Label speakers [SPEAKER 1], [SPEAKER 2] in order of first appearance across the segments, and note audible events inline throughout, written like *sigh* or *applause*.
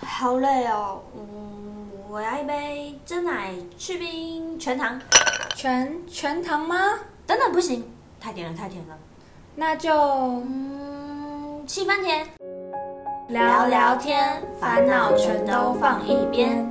[SPEAKER 1] 好累哦，嗯，我要一杯真奶去冰全糖。
[SPEAKER 2] 全全糖吗？
[SPEAKER 1] 等等，不行，太甜了，太甜了。
[SPEAKER 2] 那就
[SPEAKER 1] 嗯，七分甜。
[SPEAKER 2] 聊聊天，烦恼全都放一边。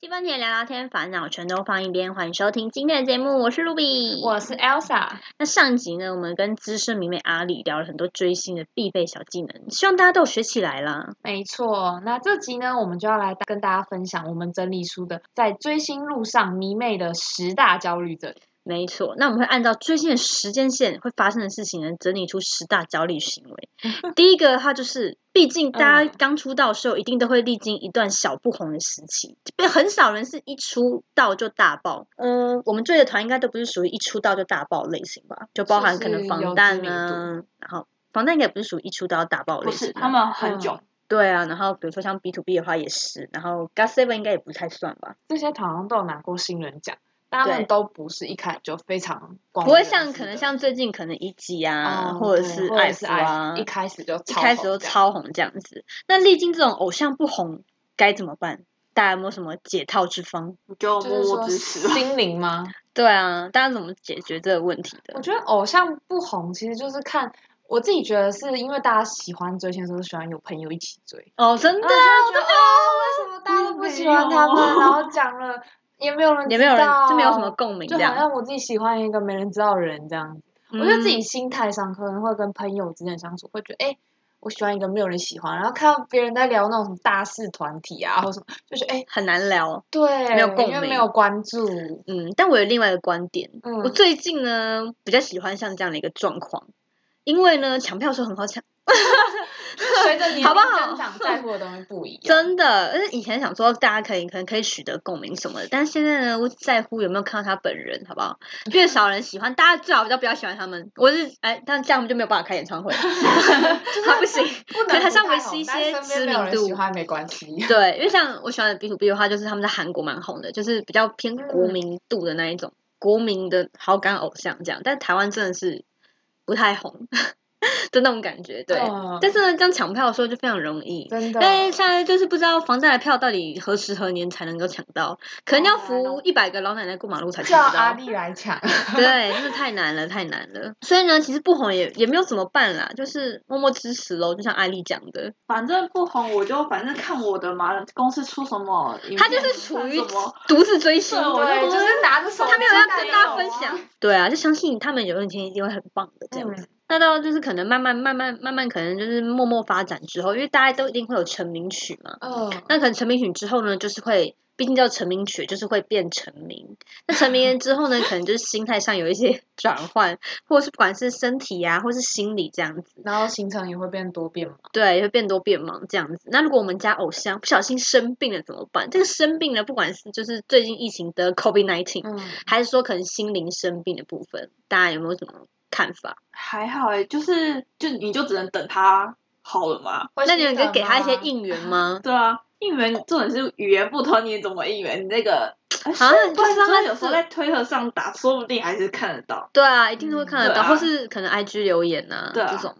[SPEAKER 3] 七分甜聊聊天，烦恼全都放一边。欢迎收听今天的节目，我是 Ruby。
[SPEAKER 4] 我是 Elsa，
[SPEAKER 3] 那上集呢，我们跟资深迷妹阿里聊了很多追星的必备小技能，希望大家都有学起来啦。
[SPEAKER 4] 没错。那这集呢，我们就要来跟大家分享我们整理出的在追星路上迷妹的十大焦虑症。
[SPEAKER 3] 没错，那我们会按照追星的时间线会发生的事情呢，整理出十大焦虑行为。 *laughs* 第一个，它就是，毕竟大家刚出道的时候，一定都会历经一段小不红的时期，被很少人是一出道就大爆。嗯，我们追的团应该都不是属于一出道就大爆类型吧？就包含可能防弹啊，哦然后防弹应该也不是属于一出道大爆类
[SPEAKER 5] 不
[SPEAKER 3] 型
[SPEAKER 5] 是，
[SPEAKER 3] 吧，
[SPEAKER 5] 他们很久，
[SPEAKER 4] 嗯
[SPEAKER 3] 对啊，然后比如说像 B to B 的话也是，然后 g o t Seven 应该也不太算吧，
[SPEAKER 4] 这些好像都有拿过新人奖，但他
[SPEAKER 3] 对
[SPEAKER 4] 们都不是一开始就非常光
[SPEAKER 3] 不
[SPEAKER 4] 荣
[SPEAKER 3] 会
[SPEAKER 4] 的
[SPEAKER 3] 像
[SPEAKER 4] 事
[SPEAKER 3] 可能
[SPEAKER 4] 哦的
[SPEAKER 3] 像最近可能一季啊，
[SPEAKER 4] 哦
[SPEAKER 3] 或者
[SPEAKER 4] 对
[SPEAKER 3] 是
[SPEAKER 4] 或者
[SPEAKER 3] 爱芙啊，
[SPEAKER 4] 一开始就
[SPEAKER 3] 一
[SPEAKER 4] 一
[SPEAKER 3] 开始都超红这样子。那历经这种偶像不红该怎么办？大家有没有什么解套之方？
[SPEAKER 5] 你就
[SPEAKER 4] 就是
[SPEAKER 5] 默默
[SPEAKER 4] 说
[SPEAKER 5] 支持吧。
[SPEAKER 4] 心灵吗？
[SPEAKER 3] *laughs* 对啊，大家怎么解决这个问题
[SPEAKER 4] 我
[SPEAKER 3] 的？
[SPEAKER 4] 觉得偶像不红，其实就是看我自己觉得是因为大家喜欢追星的时候都喜欢有朋友一起追，
[SPEAKER 3] 哦，真的，
[SPEAKER 4] 然后
[SPEAKER 3] 我
[SPEAKER 4] 啊就觉
[SPEAKER 3] 都
[SPEAKER 4] 得哦，为什么大家都不喜欢他们？
[SPEAKER 3] *laughs*
[SPEAKER 4] 然后讲了也没有人知道，
[SPEAKER 3] 也没有人就没有什么，共鸣
[SPEAKER 4] 就
[SPEAKER 3] 这
[SPEAKER 4] 好
[SPEAKER 3] 样。嗯
[SPEAKER 4] 像我自己喜欢一个没人知道的人这样。我觉得自己心态上可能会跟朋友之间相处，会觉得哎、诶我喜欢一个没有人喜欢，然后看到别人在聊那种什么大事团体啊，或什么，就是哎、诶
[SPEAKER 3] 很难聊。
[SPEAKER 4] 对，
[SPEAKER 3] 没有共鸣
[SPEAKER 4] 因为没有关注，
[SPEAKER 3] 嗯，但我有另外一个观点，我
[SPEAKER 4] 嗯，
[SPEAKER 3] 最近呢比较喜欢像这样的一个状况，因为呢抢票的时候很好抢。
[SPEAKER 4] 随着年
[SPEAKER 3] 好
[SPEAKER 4] 龄
[SPEAKER 3] 不好
[SPEAKER 4] 增长，在乎的东西不一
[SPEAKER 3] *laughs*
[SPEAKER 4] 样。
[SPEAKER 3] 真的，因为以前想说大家可以可能可以取得共鸣什么的，但是现在呢，我在乎有没有看到他本人，好不好？ *laughs* 越少人喜欢，大家最好都不要喜欢他们。我是哎，但这样我们 *laughs* 就没有办法开演唱会，还不行。
[SPEAKER 4] 不
[SPEAKER 3] 可能
[SPEAKER 4] 能
[SPEAKER 3] 还是要
[SPEAKER 4] 不太
[SPEAKER 3] 维持
[SPEAKER 4] 红
[SPEAKER 3] 一
[SPEAKER 4] 但身
[SPEAKER 3] 些
[SPEAKER 4] 边
[SPEAKER 3] 知
[SPEAKER 4] 没有
[SPEAKER 3] 名
[SPEAKER 4] 人喜
[SPEAKER 3] 度
[SPEAKER 4] 欢没关系。
[SPEAKER 3] *laughs* 对，因为像我喜欢的 B to B 的话，就是他们在韩国蛮红的，就是比较偏国民度的那一种，国民的好感偶像这样。但台湾真的是不太红 *laughs* 的那种感觉，对。
[SPEAKER 4] 嗯
[SPEAKER 3] 但是呢，这样抢票的时候就非常容易，
[SPEAKER 4] 真的，
[SPEAKER 3] 但是现在就是不知道房贷的票到底何时何年才能够抢到，可能要
[SPEAKER 5] 哦
[SPEAKER 3] 扶一百个老奶奶过马路才
[SPEAKER 5] 啊
[SPEAKER 4] 叫
[SPEAKER 3] 抢得
[SPEAKER 4] 阿
[SPEAKER 3] 到。
[SPEAKER 4] 丽来
[SPEAKER 3] *laughs*
[SPEAKER 4] 抢。
[SPEAKER 3] 对，真的太难了，太难了。所以呢，其实不红也也没有怎么办啦，就是默默支持喽。就像艾丽讲的，
[SPEAKER 5] 反正不红，我就反正看我的嘛，公司出什么影片，
[SPEAKER 3] 她就是处于
[SPEAKER 5] 看什么，
[SPEAKER 3] 独自追星，
[SPEAKER 5] 对我就
[SPEAKER 4] 对，就是拿着手机，
[SPEAKER 3] 她没有要跟大家分享。对啊，就相信他们有一天一定会很棒的这样
[SPEAKER 5] 嗯
[SPEAKER 3] 子。那到就是可能慢慢慢慢慢慢，可能就是默默发展之后，因为大家都一定会有成名曲嘛，
[SPEAKER 4] 嗯，
[SPEAKER 3] 那可能成名曲之后呢，就是会，毕竟叫成名曲，就是会变成名。那成名人之后呢，可能就是心态上有一些 *laughs* 转换，或者是不管是身体呀、或是心理这样子，
[SPEAKER 4] 然后行程也会变多变嘛。
[SPEAKER 3] 对，也会变多变忙这样子。那如果我们家偶像不小心生病了怎么办？这个生病呢，不管是就是最近疫情得 COVID nineteen，、
[SPEAKER 4] 嗯，
[SPEAKER 3] 还是说可能心灵生病的部分，大家有没有什么看法？
[SPEAKER 5] 还好哎、就是就你就只能等他好了嘛。
[SPEAKER 3] 那你们可以
[SPEAKER 4] 就
[SPEAKER 3] 给他一些应援吗？ *laughs*
[SPEAKER 5] 对啊，应援重点是语言不通，你怎么应援？你那个哎好
[SPEAKER 3] 像你就是让他
[SPEAKER 5] 有时候在推特上打，说不定还是看得到。
[SPEAKER 3] 对啊，一定会看得
[SPEAKER 5] 对
[SPEAKER 3] 到，
[SPEAKER 5] 啊
[SPEAKER 3] 或是可能 IG 留言呐、
[SPEAKER 5] 对啊
[SPEAKER 3] 这种，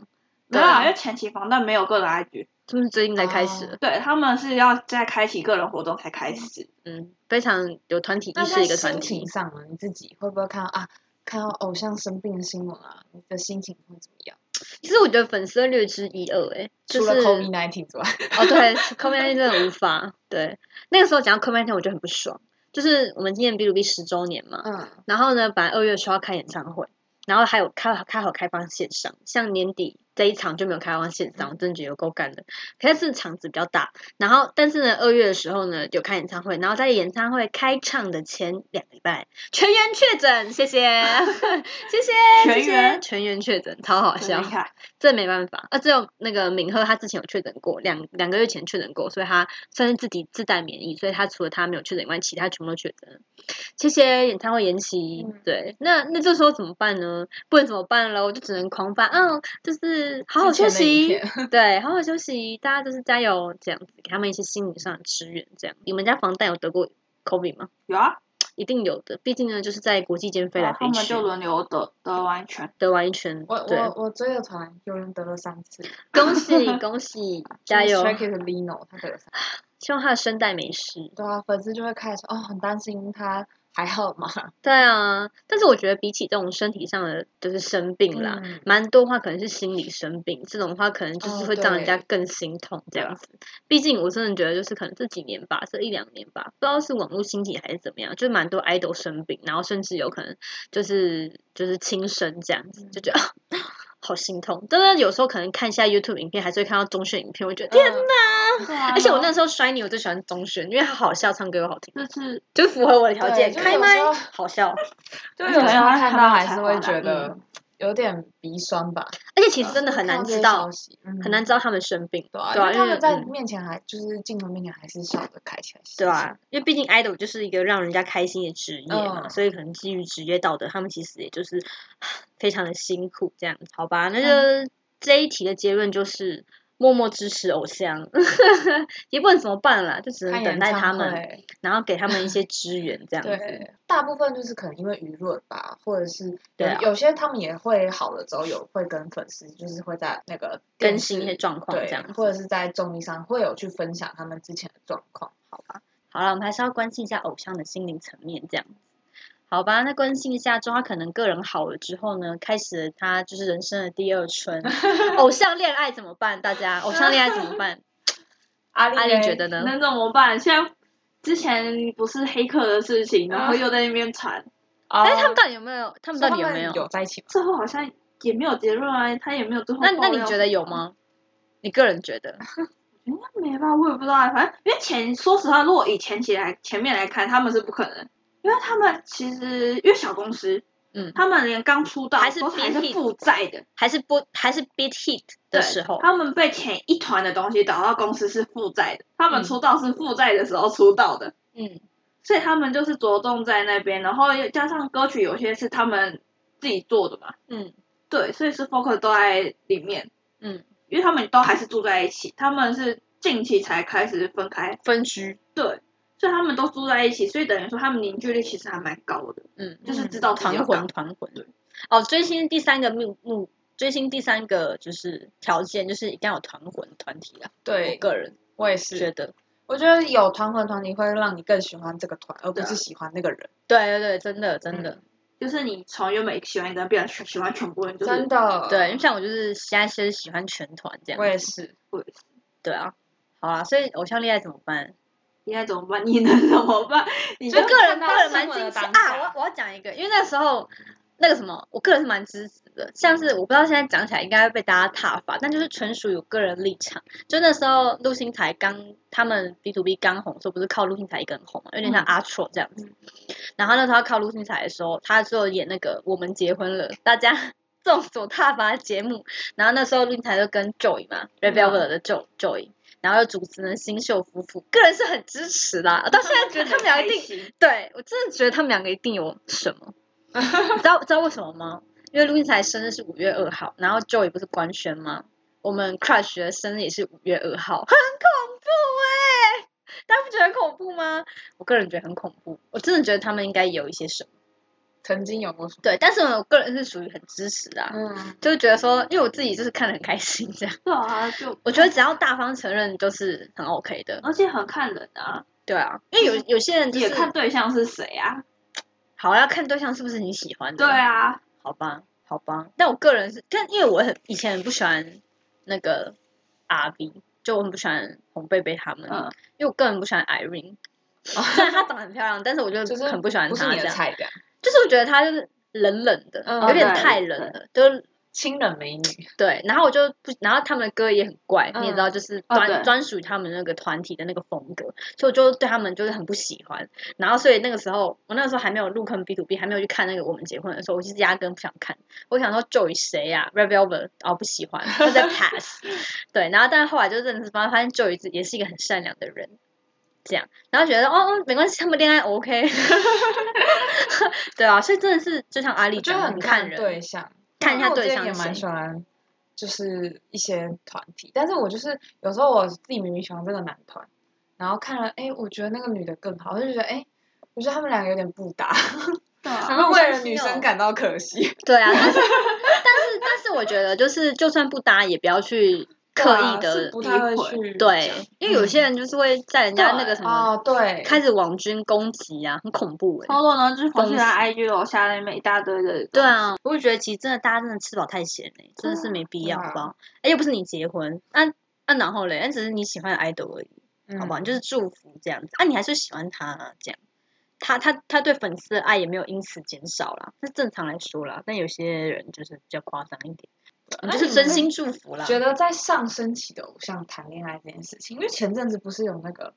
[SPEAKER 5] 没
[SPEAKER 3] 对
[SPEAKER 5] 有啊，
[SPEAKER 3] 啊
[SPEAKER 5] 因为前期防弹没有个人 IG，
[SPEAKER 3] 他们最近才开始
[SPEAKER 4] 哦
[SPEAKER 3] 了。
[SPEAKER 5] 对他们是要在开启个人活动才开始。
[SPEAKER 3] 嗯，非常有团体
[SPEAKER 4] 那
[SPEAKER 3] 意识
[SPEAKER 4] 在
[SPEAKER 3] 的一个团
[SPEAKER 4] 心
[SPEAKER 3] 体
[SPEAKER 4] 情。上呢，你自己会不会看到啊？看到偶像生病的新闻啊，你的心情会怎么样？
[SPEAKER 3] 其实我觉得粉丝会略知一二、欸，哎，就
[SPEAKER 4] 除
[SPEAKER 3] 是
[SPEAKER 4] 了 COVID 19之外，
[SPEAKER 3] 哦，对，COVID 真的无法。对，那个时候讲到 COVID 我就很不爽，就是我们今年 B to B 十周年
[SPEAKER 4] *laughs*
[SPEAKER 3] 嘛，
[SPEAKER 4] 嗯，
[SPEAKER 3] 然后呢，本来二月说要开演唱会，然后还有开开好开放线上，像年底这一场就没有开放线上，我真的觉得有够干的。可是场子比较大，然后但是呢，二月的时候呢有开演唱会，然后在演唱会开唱的前两个礼拜，全员确诊，谢谢， *laughs* 谢谢，
[SPEAKER 5] 全
[SPEAKER 3] 谢谢
[SPEAKER 5] 员
[SPEAKER 3] 全员确诊，超好
[SPEAKER 5] 很
[SPEAKER 3] 笑
[SPEAKER 5] 厉，害，
[SPEAKER 3] 这没办法。啊，只有那个敏赫他之前有确诊过，两两个月前确诊过，所以他算是自己自带免疫，所以他除了他没有确诊以外，其他全部都确诊了。谢谢演唱会延期，
[SPEAKER 4] 嗯
[SPEAKER 3] 对，那那这时候怎么办呢？不能怎么办了，我就只能狂发，嗯，就是好好休
[SPEAKER 4] 之前的影
[SPEAKER 3] 息，
[SPEAKER 4] 片
[SPEAKER 3] 对，好好休息，大家就是加油，这样子给他们一些心理上的支援，这样。你们家防弹有得过 COVID 吗？
[SPEAKER 5] 有啊，
[SPEAKER 3] 一定有的，毕竟呢就是在国际间飞来
[SPEAKER 4] 哦
[SPEAKER 5] 然后他
[SPEAKER 3] 飞
[SPEAKER 5] 们
[SPEAKER 3] 去
[SPEAKER 5] 就，轮流得得完全。
[SPEAKER 3] 得完一圈，
[SPEAKER 4] 我
[SPEAKER 3] 对
[SPEAKER 4] 我，我追的团有人得了三次，
[SPEAKER 3] 恭喜
[SPEAKER 4] *laughs*
[SPEAKER 3] 恭喜，加油
[SPEAKER 4] s！t r i k e 的 Lino 他得了三次，
[SPEAKER 3] 希望他的声带没事。
[SPEAKER 4] 对啊，粉丝就会开始哦，很担心他还好吗？
[SPEAKER 3] 对啊，但是我觉得比起这种身体上的就是生病啦，
[SPEAKER 4] 嗯
[SPEAKER 3] 蛮多话可能是心理生病，这种话可能就是
[SPEAKER 4] 哦
[SPEAKER 3] 会让人家
[SPEAKER 4] 对
[SPEAKER 3] 更心痛这
[SPEAKER 4] 哦
[SPEAKER 3] 样
[SPEAKER 4] 对啊
[SPEAKER 3] 子。毕竟我真的觉得就是可能这几年吧，这一两年吧，不知道是网络兴起还是怎么样，就是蛮多 idol 生病，然后甚至有可能就是就是轻生这样子，就觉得。 *laughs* 好心痛，真的有时候可能看一下 YouTube 影片，还是会看到中宣影片，我觉得天哪！
[SPEAKER 5] 对啊
[SPEAKER 3] *laughs* 而且我
[SPEAKER 4] 嗯
[SPEAKER 3] 那
[SPEAKER 5] 然后
[SPEAKER 3] 时候摔你，我最喜欢中宣，因为他好笑，唱歌又好听，
[SPEAKER 5] 就是
[SPEAKER 3] 就符合我的条
[SPEAKER 4] 对
[SPEAKER 3] 件。
[SPEAKER 4] 就
[SPEAKER 3] 开
[SPEAKER 4] 有
[SPEAKER 3] 麦
[SPEAKER 4] 时候
[SPEAKER 3] 好笑，
[SPEAKER 4] 就
[SPEAKER 5] 而
[SPEAKER 4] 有时
[SPEAKER 5] 且没有
[SPEAKER 4] 候
[SPEAKER 5] 人
[SPEAKER 4] 看
[SPEAKER 5] 看
[SPEAKER 4] 到
[SPEAKER 5] 到
[SPEAKER 4] 还
[SPEAKER 5] 才
[SPEAKER 4] 是
[SPEAKER 5] 好
[SPEAKER 4] 会
[SPEAKER 5] 啦
[SPEAKER 4] 觉得有点鼻酸吧，
[SPEAKER 3] 而且其实真的
[SPEAKER 4] 就
[SPEAKER 3] 很
[SPEAKER 4] 看
[SPEAKER 3] 难
[SPEAKER 4] 这
[SPEAKER 3] 知
[SPEAKER 4] 些
[SPEAKER 3] 道
[SPEAKER 4] 消，息，嗯
[SPEAKER 3] 很难知道他们生病，
[SPEAKER 4] 对啊，因
[SPEAKER 3] 对啊，
[SPEAKER 4] 为
[SPEAKER 3] 因
[SPEAKER 4] 他
[SPEAKER 3] 为
[SPEAKER 4] 们在
[SPEAKER 3] 嗯，
[SPEAKER 4] 面前还就是镜头面前还是笑得开开心心，
[SPEAKER 3] 对啊，因为毕竟 idol 就是一个让人家开心的职业嘛，
[SPEAKER 4] 嗯
[SPEAKER 3] 所以可能基于职业道德，他们其实也就是非常的辛苦这样，好吧？那
[SPEAKER 4] 嗯
[SPEAKER 3] 就这一题的结论就是。默默支持偶像， *laughs* 也不能怎么办啦，就只能
[SPEAKER 4] 看
[SPEAKER 3] 等
[SPEAKER 4] 演
[SPEAKER 3] 待
[SPEAKER 4] 唱
[SPEAKER 3] 他们，
[SPEAKER 4] 会，
[SPEAKER 3] 然后给他们一些支援这样子。
[SPEAKER 4] 对，大部分就是可能因为舆论吧，或者是
[SPEAKER 3] 对
[SPEAKER 4] 有、
[SPEAKER 3] 啊
[SPEAKER 4] 有些他们也会好了之后有会跟粉丝就是会在那个
[SPEAKER 3] 更
[SPEAKER 4] 电
[SPEAKER 3] 新一
[SPEAKER 4] 视
[SPEAKER 3] 些状况
[SPEAKER 4] 对
[SPEAKER 3] 这样子
[SPEAKER 4] 或者是在综艺上会有去分享他们之前的状况。
[SPEAKER 3] 好了，我们还是要关心一下偶像的心灵层面，这样子。好吧，那关心一下之后，他可能个人好了之后呢，开始了他就是人生的第二
[SPEAKER 5] *laughs*
[SPEAKER 3] 春。偶像恋爱怎么办？大家，偶像恋爱怎么
[SPEAKER 5] *laughs*
[SPEAKER 3] 办？
[SPEAKER 4] 阿
[SPEAKER 3] 阿丽觉得呢？
[SPEAKER 5] 能怎么办？现在之前不是黑客的事
[SPEAKER 3] 嗯
[SPEAKER 5] 情，然后
[SPEAKER 4] 啊
[SPEAKER 5] 又在那边传，
[SPEAKER 3] 哎、
[SPEAKER 4] 哎
[SPEAKER 3] 他们到底有没有？他们到底有没有？
[SPEAKER 4] 有在一起吗？
[SPEAKER 5] 最后好像也没有结论啊，他也没有最后。
[SPEAKER 3] 那那你觉得有？吗？你个人觉得？
[SPEAKER 5] 应该没吧，我也不知道啊。反正因为前说实话，如果以前期来前面来看，他们是不可能，因为他们其实因为小公司，
[SPEAKER 3] 嗯，
[SPEAKER 5] 他们连刚出道
[SPEAKER 3] 还是
[SPEAKER 5] 都还是
[SPEAKER 3] BT
[SPEAKER 5] 负债的，
[SPEAKER 3] 还是不还是 beat hit 的
[SPEAKER 5] 对
[SPEAKER 3] 时候？
[SPEAKER 5] 他们被前一团的东西导到公司是负债的，他
[SPEAKER 3] 嗯
[SPEAKER 5] 们出道是负债的时候出道的，
[SPEAKER 3] 嗯，
[SPEAKER 5] 所以他们就是着重在那边，然后又加上歌曲有些是他们自己做的嘛，
[SPEAKER 3] 嗯
[SPEAKER 5] 对，所以是 focus 都在里面，
[SPEAKER 3] 嗯，
[SPEAKER 5] 因为他们都还是住在一起，他们是近期才开始分开，
[SPEAKER 3] 分居。
[SPEAKER 5] 对，所以他们都住在一起，所以等于说他们凝聚力其实还蛮高的，
[SPEAKER 3] 嗯，
[SPEAKER 5] 就是知道自己
[SPEAKER 3] 团
[SPEAKER 5] 要
[SPEAKER 3] 魂
[SPEAKER 5] 干
[SPEAKER 3] 团魂。哦，追星第三个目目，追星第三个就是条件就是一定要有团魂团体啊。我
[SPEAKER 4] 对，
[SPEAKER 3] 个人
[SPEAKER 4] 我也
[SPEAKER 3] 觉
[SPEAKER 4] 是，
[SPEAKER 3] 得，
[SPEAKER 4] 我觉得有团魂团体会让你更喜欢这个团，而不
[SPEAKER 5] 对啊
[SPEAKER 4] 是喜欢那个人。
[SPEAKER 3] 对对对，真的真
[SPEAKER 4] 嗯
[SPEAKER 3] 的，
[SPEAKER 5] 就是你从原本喜欢一个人变成喜欢全部人，就是
[SPEAKER 4] 真的，
[SPEAKER 3] 对，因为像我就是现在是喜欢全团这样
[SPEAKER 4] 我也
[SPEAKER 3] 子，
[SPEAKER 4] 是。
[SPEAKER 3] 对啊，好啊，所以偶像恋爱怎么办？
[SPEAKER 5] 应该怎么办？你能怎么
[SPEAKER 3] *laughs*
[SPEAKER 5] 办？你
[SPEAKER 3] 我
[SPEAKER 5] 就
[SPEAKER 3] 个人
[SPEAKER 4] 看到
[SPEAKER 3] 个人
[SPEAKER 4] 新
[SPEAKER 3] 蛮
[SPEAKER 4] 闻
[SPEAKER 3] 支
[SPEAKER 4] 的
[SPEAKER 3] 持
[SPEAKER 4] 当
[SPEAKER 3] 啊，
[SPEAKER 4] 下
[SPEAKER 3] 我要我要讲一个，因为那时候。那个什么，我个人是蛮支持的，像是我不知道现在讲起来应该会被大家挞伐，但就是纯属有个人立场。就那时候陆星台刚他们 B to B 刚红的时候，不是靠陆星台一个人红嘛，有
[SPEAKER 4] 嗯
[SPEAKER 3] 点像阿 t r o 这样子。然后那时候他靠陆星台的时候，他就演那个《我们结婚了》，大家 *laughs* 众所挞伐的节目。然后那时候陆星台就跟 Joy 嘛，Red Velvet 的 Joy Joy，然后又主持人新秀夫妇，个人是很支持啦。我到现在觉得他们俩一定
[SPEAKER 5] 定
[SPEAKER 3] 对我真的觉得他们两个一定有什
[SPEAKER 5] *laughs*
[SPEAKER 3] 么，你知道知道为什么吗？因为陆英才生日是五月二号，然后 Joey 不是官宣吗？我们 Crush 的生日也是五月二号，很恐怖哎、大家不觉得很恐怖吗？我个人觉得很恐怖，我真的觉得他们应该有一些什么。
[SPEAKER 4] 曾经有过什么？
[SPEAKER 3] 对，但是我个人是属于很支持的、啊，
[SPEAKER 4] 嗯，
[SPEAKER 3] 就是觉得说，因为我自己就是看得很开心这样。
[SPEAKER 5] 对啊，就
[SPEAKER 3] 我觉得只要大方承认，就是很 OK 的。
[SPEAKER 5] 而且很看人啊，
[SPEAKER 3] 对啊，因为有有些人、就是、
[SPEAKER 5] 也看对象是谁啊。
[SPEAKER 3] 好要看对象是不是你喜欢的。
[SPEAKER 5] 对啊，
[SPEAKER 3] 好吧，好吧。但我个人是，但因为我很以前很不喜欢那个 R V，就我很不喜欢红贝贝他们，
[SPEAKER 5] 嗯，
[SPEAKER 3] 因为我个人不喜欢 Irene。虽 *laughs* 然她长得很漂亮，但是我就
[SPEAKER 4] 哦就是
[SPEAKER 3] 很不喜欢
[SPEAKER 4] 不
[SPEAKER 3] 她
[SPEAKER 4] 是
[SPEAKER 3] 这
[SPEAKER 4] 你的
[SPEAKER 3] 样，
[SPEAKER 4] 菜这样，
[SPEAKER 3] 就是我觉得她就是冷冷的，
[SPEAKER 4] 嗯
[SPEAKER 3] 有点
[SPEAKER 5] 对
[SPEAKER 3] 太冷了，就是
[SPEAKER 4] 清冷美女。
[SPEAKER 3] 对。然后我就不，然后他们的歌也很怪，你也知
[SPEAKER 4] 嗯
[SPEAKER 3] 道，就是
[SPEAKER 5] 哦
[SPEAKER 3] 专、
[SPEAKER 5] 对
[SPEAKER 3] 专属于他们那个团体的那个风格，所以我就对他们就是很不喜欢。然后所以那个时候，我那个时候还没有入坑 B to B，还没有去看那个《我们结婚》的时候，我其实压根不想看。我想说 Joy 谁呀、r e d Velvet 哦不喜欢，就在 pass。对， *laughs* 然后但是后来就认识，发现发现 Joy 也是一个很善良的人，这样，然后觉得哦哦没关系，他们恋爱 OK。对啊，所以真的是就像阿丽
[SPEAKER 4] 我觉
[SPEAKER 3] 讲
[SPEAKER 4] 得
[SPEAKER 3] 的，
[SPEAKER 4] 很
[SPEAKER 3] 看
[SPEAKER 4] 看
[SPEAKER 3] 人，
[SPEAKER 4] 对象，
[SPEAKER 3] 看一下
[SPEAKER 4] 因为我
[SPEAKER 3] 对
[SPEAKER 4] 之前
[SPEAKER 3] 象
[SPEAKER 4] 也
[SPEAKER 3] 是
[SPEAKER 4] 蛮
[SPEAKER 3] 谁
[SPEAKER 4] 喜欢，就是一些团体，但是我就是有时候我自己明明喜欢这个男团，然后看了，哎，我觉得那个女的更好，我就觉得哎。我觉得他们两个有点不搭，
[SPEAKER 5] 对啊
[SPEAKER 3] 然
[SPEAKER 4] 会
[SPEAKER 3] 后
[SPEAKER 4] 为了女生感到可惜。
[SPEAKER 3] 对啊，但是但是但是我觉得就是就算不搭也不要去 *laughs* 刻意
[SPEAKER 4] 对啊是
[SPEAKER 3] 的
[SPEAKER 4] 不太会
[SPEAKER 5] 诋
[SPEAKER 4] 去
[SPEAKER 3] 对，因为有些人就是会在人家那个什么
[SPEAKER 4] 啊，对，
[SPEAKER 3] 开始网军攻击啊，很恐怖哎、
[SPEAKER 5] 超多呢，就是黄
[SPEAKER 3] 东
[SPEAKER 5] 旭
[SPEAKER 3] 西
[SPEAKER 5] 兰 IG 楼下那边一大堆的。
[SPEAKER 3] 对，啊，我就觉得其实真的大家真的吃饱太闲嘞、真的是没必要，
[SPEAKER 4] 对啊
[SPEAKER 3] 好不好？哎，又不是你结婚，那、那、然后嘞，那啊只是你喜欢的 idol 而已，
[SPEAKER 4] 嗯
[SPEAKER 3] 好不好？你就是祝福这样子，啊，你还是喜欢他、啊、这样，他他他对粉丝的爱也没有因此减少啦，那正常来说啦，但有些人就是比较夸张一点，我们就是真心祝福啦。
[SPEAKER 4] 哎觉得在上升期的偶像谈恋爱这件事情，因为前阵子不是有那个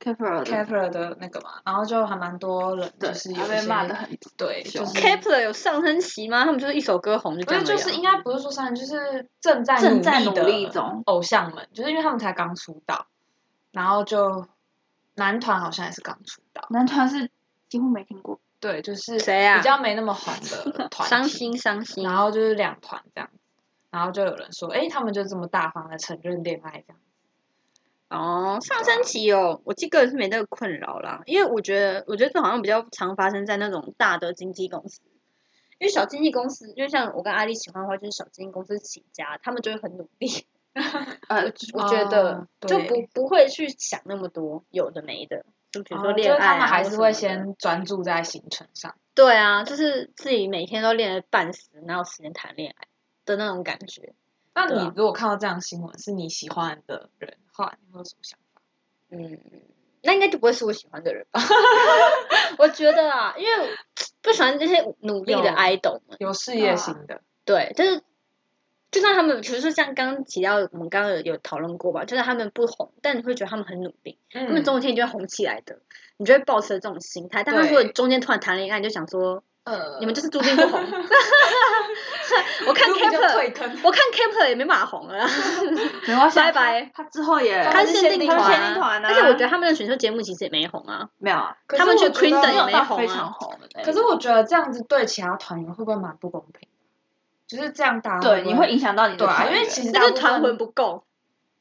[SPEAKER 5] k e p e r
[SPEAKER 4] k a p e r 的那个嘛，然后就还蛮多人
[SPEAKER 5] 对
[SPEAKER 4] 就是，有
[SPEAKER 5] 他
[SPEAKER 4] 一
[SPEAKER 5] 被
[SPEAKER 4] 些
[SPEAKER 5] 骂的很
[SPEAKER 4] 对，就
[SPEAKER 5] 凶
[SPEAKER 4] 是
[SPEAKER 3] Kepler 有上升期吗？他们就是一首歌红就
[SPEAKER 4] 不是
[SPEAKER 3] 这样而已啊。
[SPEAKER 4] 就是应该不是说上升，就是正在
[SPEAKER 5] 正在
[SPEAKER 4] 努
[SPEAKER 5] 努
[SPEAKER 4] 力
[SPEAKER 5] 力
[SPEAKER 4] 的
[SPEAKER 5] 中，
[SPEAKER 4] 偶像们，就是因为他们才刚出道，然后就男团好像也是刚出道，
[SPEAKER 5] 男团是几乎没听过。
[SPEAKER 4] 对，就是
[SPEAKER 3] 谁啊
[SPEAKER 4] 比较没那么红的团体
[SPEAKER 3] 伤心伤心。
[SPEAKER 4] 然后就是两团这样子，然后就有人说，哎，他们就这么大方的承认恋爱这样，啊
[SPEAKER 3] 哦，上升期哦，我这个人是没那个困扰啦，因为我觉得，我觉得这好像比较常发生在那种大的经纪公司，因为小经纪公司，就像我跟阿丽喜欢的话，就是小经纪公司起家，他们就会很努
[SPEAKER 4] *laughs*
[SPEAKER 3] 力，
[SPEAKER 5] 呃，
[SPEAKER 3] 我觉得
[SPEAKER 4] 哦
[SPEAKER 3] 就
[SPEAKER 4] 对
[SPEAKER 3] 不不会去想那么多有的没的，就比如说
[SPEAKER 4] 哦就
[SPEAKER 3] 恋
[SPEAKER 4] 是
[SPEAKER 3] 爱、啊
[SPEAKER 4] 他们还
[SPEAKER 3] 或
[SPEAKER 4] 是
[SPEAKER 3] 什
[SPEAKER 4] 会
[SPEAKER 3] 么的
[SPEAKER 4] 先专注在行程上。
[SPEAKER 3] 对啊，就是自己每天都练得半死，哪有时间谈恋爱的那种感觉。
[SPEAKER 4] 那
[SPEAKER 3] 对
[SPEAKER 4] 你
[SPEAKER 3] 啊
[SPEAKER 4] 如果看到这样的新闻，是你喜欢的人的话，你会有什么想法？
[SPEAKER 3] 嗯，那应该就不会是我喜欢的人吧？ *laughs* 我觉得啊，因为不喜欢那些努力的
[SPEAKER 4] 有
[SPEAKER 3] idol 们，
[SPEAKER 4] 有事业心的，
[SPEAKER 3] 对，但是就算他们，比如说像刚刚提到，我们刚刚有有讨论过吧，就是他们不红，但你会觉得他们很努力，
[SPEAKER 4] 嗯
[SPEAKER 3] 他们总有一天就会红起来的，你就会抱持这种心态。但他
[SPEAKER 4] 对
[SPEAKER 3] 如果中间突然谈恋爱，你就想说，
[SPEAKER 4] 呃
[SPEAKER 3] 你们就是注定不红。我看
[SPEAKER 4] Ruby 就
[SPEAKER 3] Kepler，
[SPEAKER 4] 退坑，
[SPEAKER 3] 我看 Kepler 也没办法红了啊，
[SPEAKER 5] 没关系啊，
[SPEAKER 3] 拜拜。
[SPEAKER 5] 他之后也
[SPEAKER 3] 他
[SPEAKER 4] 他
[SPEAKER 3] 是
[SPEAKER 4] 是限
[SPEAKER 3] 限
[SPEAKER 4] 定
[SPEAKER 3] 定团
[SPEAKER 4] 团啊
[SPEAKER 3] 啊，
[SPEAKER 5] 啊
[SPEAKER 3] 而且我觉得他们的选秀节目其实也没红啊。
[SPEAKER 5] 没有啊，
[SPEAKER 4] 可是
[SPEAKER 3] 他们
[SPEAKER 4] 我
[SPEAKER 3] 去
[SPEAKER 4] 觉得
[SPEAKER 3] Queendom 也
[SPEAKER 5] 没有
[SPEAKER 3] 没
[SPEAKER 5] 到
[SPEAKER 3] 红啊
[SPEAKER 5] 非常红的那一种。
[SPEAKER 4] 可是我觉得这样子对其他团员会不会蛮不公平？就是这样打，
[SPEAKER 5] 啊对你会影响到你的
[SPEAKER 4] 对啊，
[SPEAKER 5] 团
[SPEAKER 4] 因
[SPEAKER 5] 员
[SPEAKER 4] 为其实
[SPEAKER 3] 那
[SPEAKER 4] 大
[SPEAKER 3] 就
[SPEAKER 4] 部分
[SPEAKER 3] 团魂不够。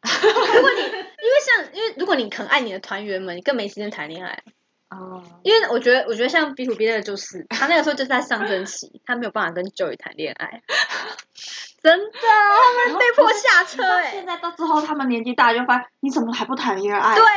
[SPEAKER 3] 如果你因为像因为如果你很爱你的团员们，你更没时间谈恋爱。
[SPEAKER 4] 啊，
[SPEAKER 3] 因为我觉得我觉得像 B to B 那个就是他那个时候就是在上升期，他没有办法跟 Joey 谈恋爱，真的，他们被迫下车
[SPEAKER 5] 到
[SPEAKER 3] 哎、
[SPEAKER 5] 现在到之后，他们年纪大就发现，你怎么还不谈恋爱？
[SPEAKER 3] 对呀、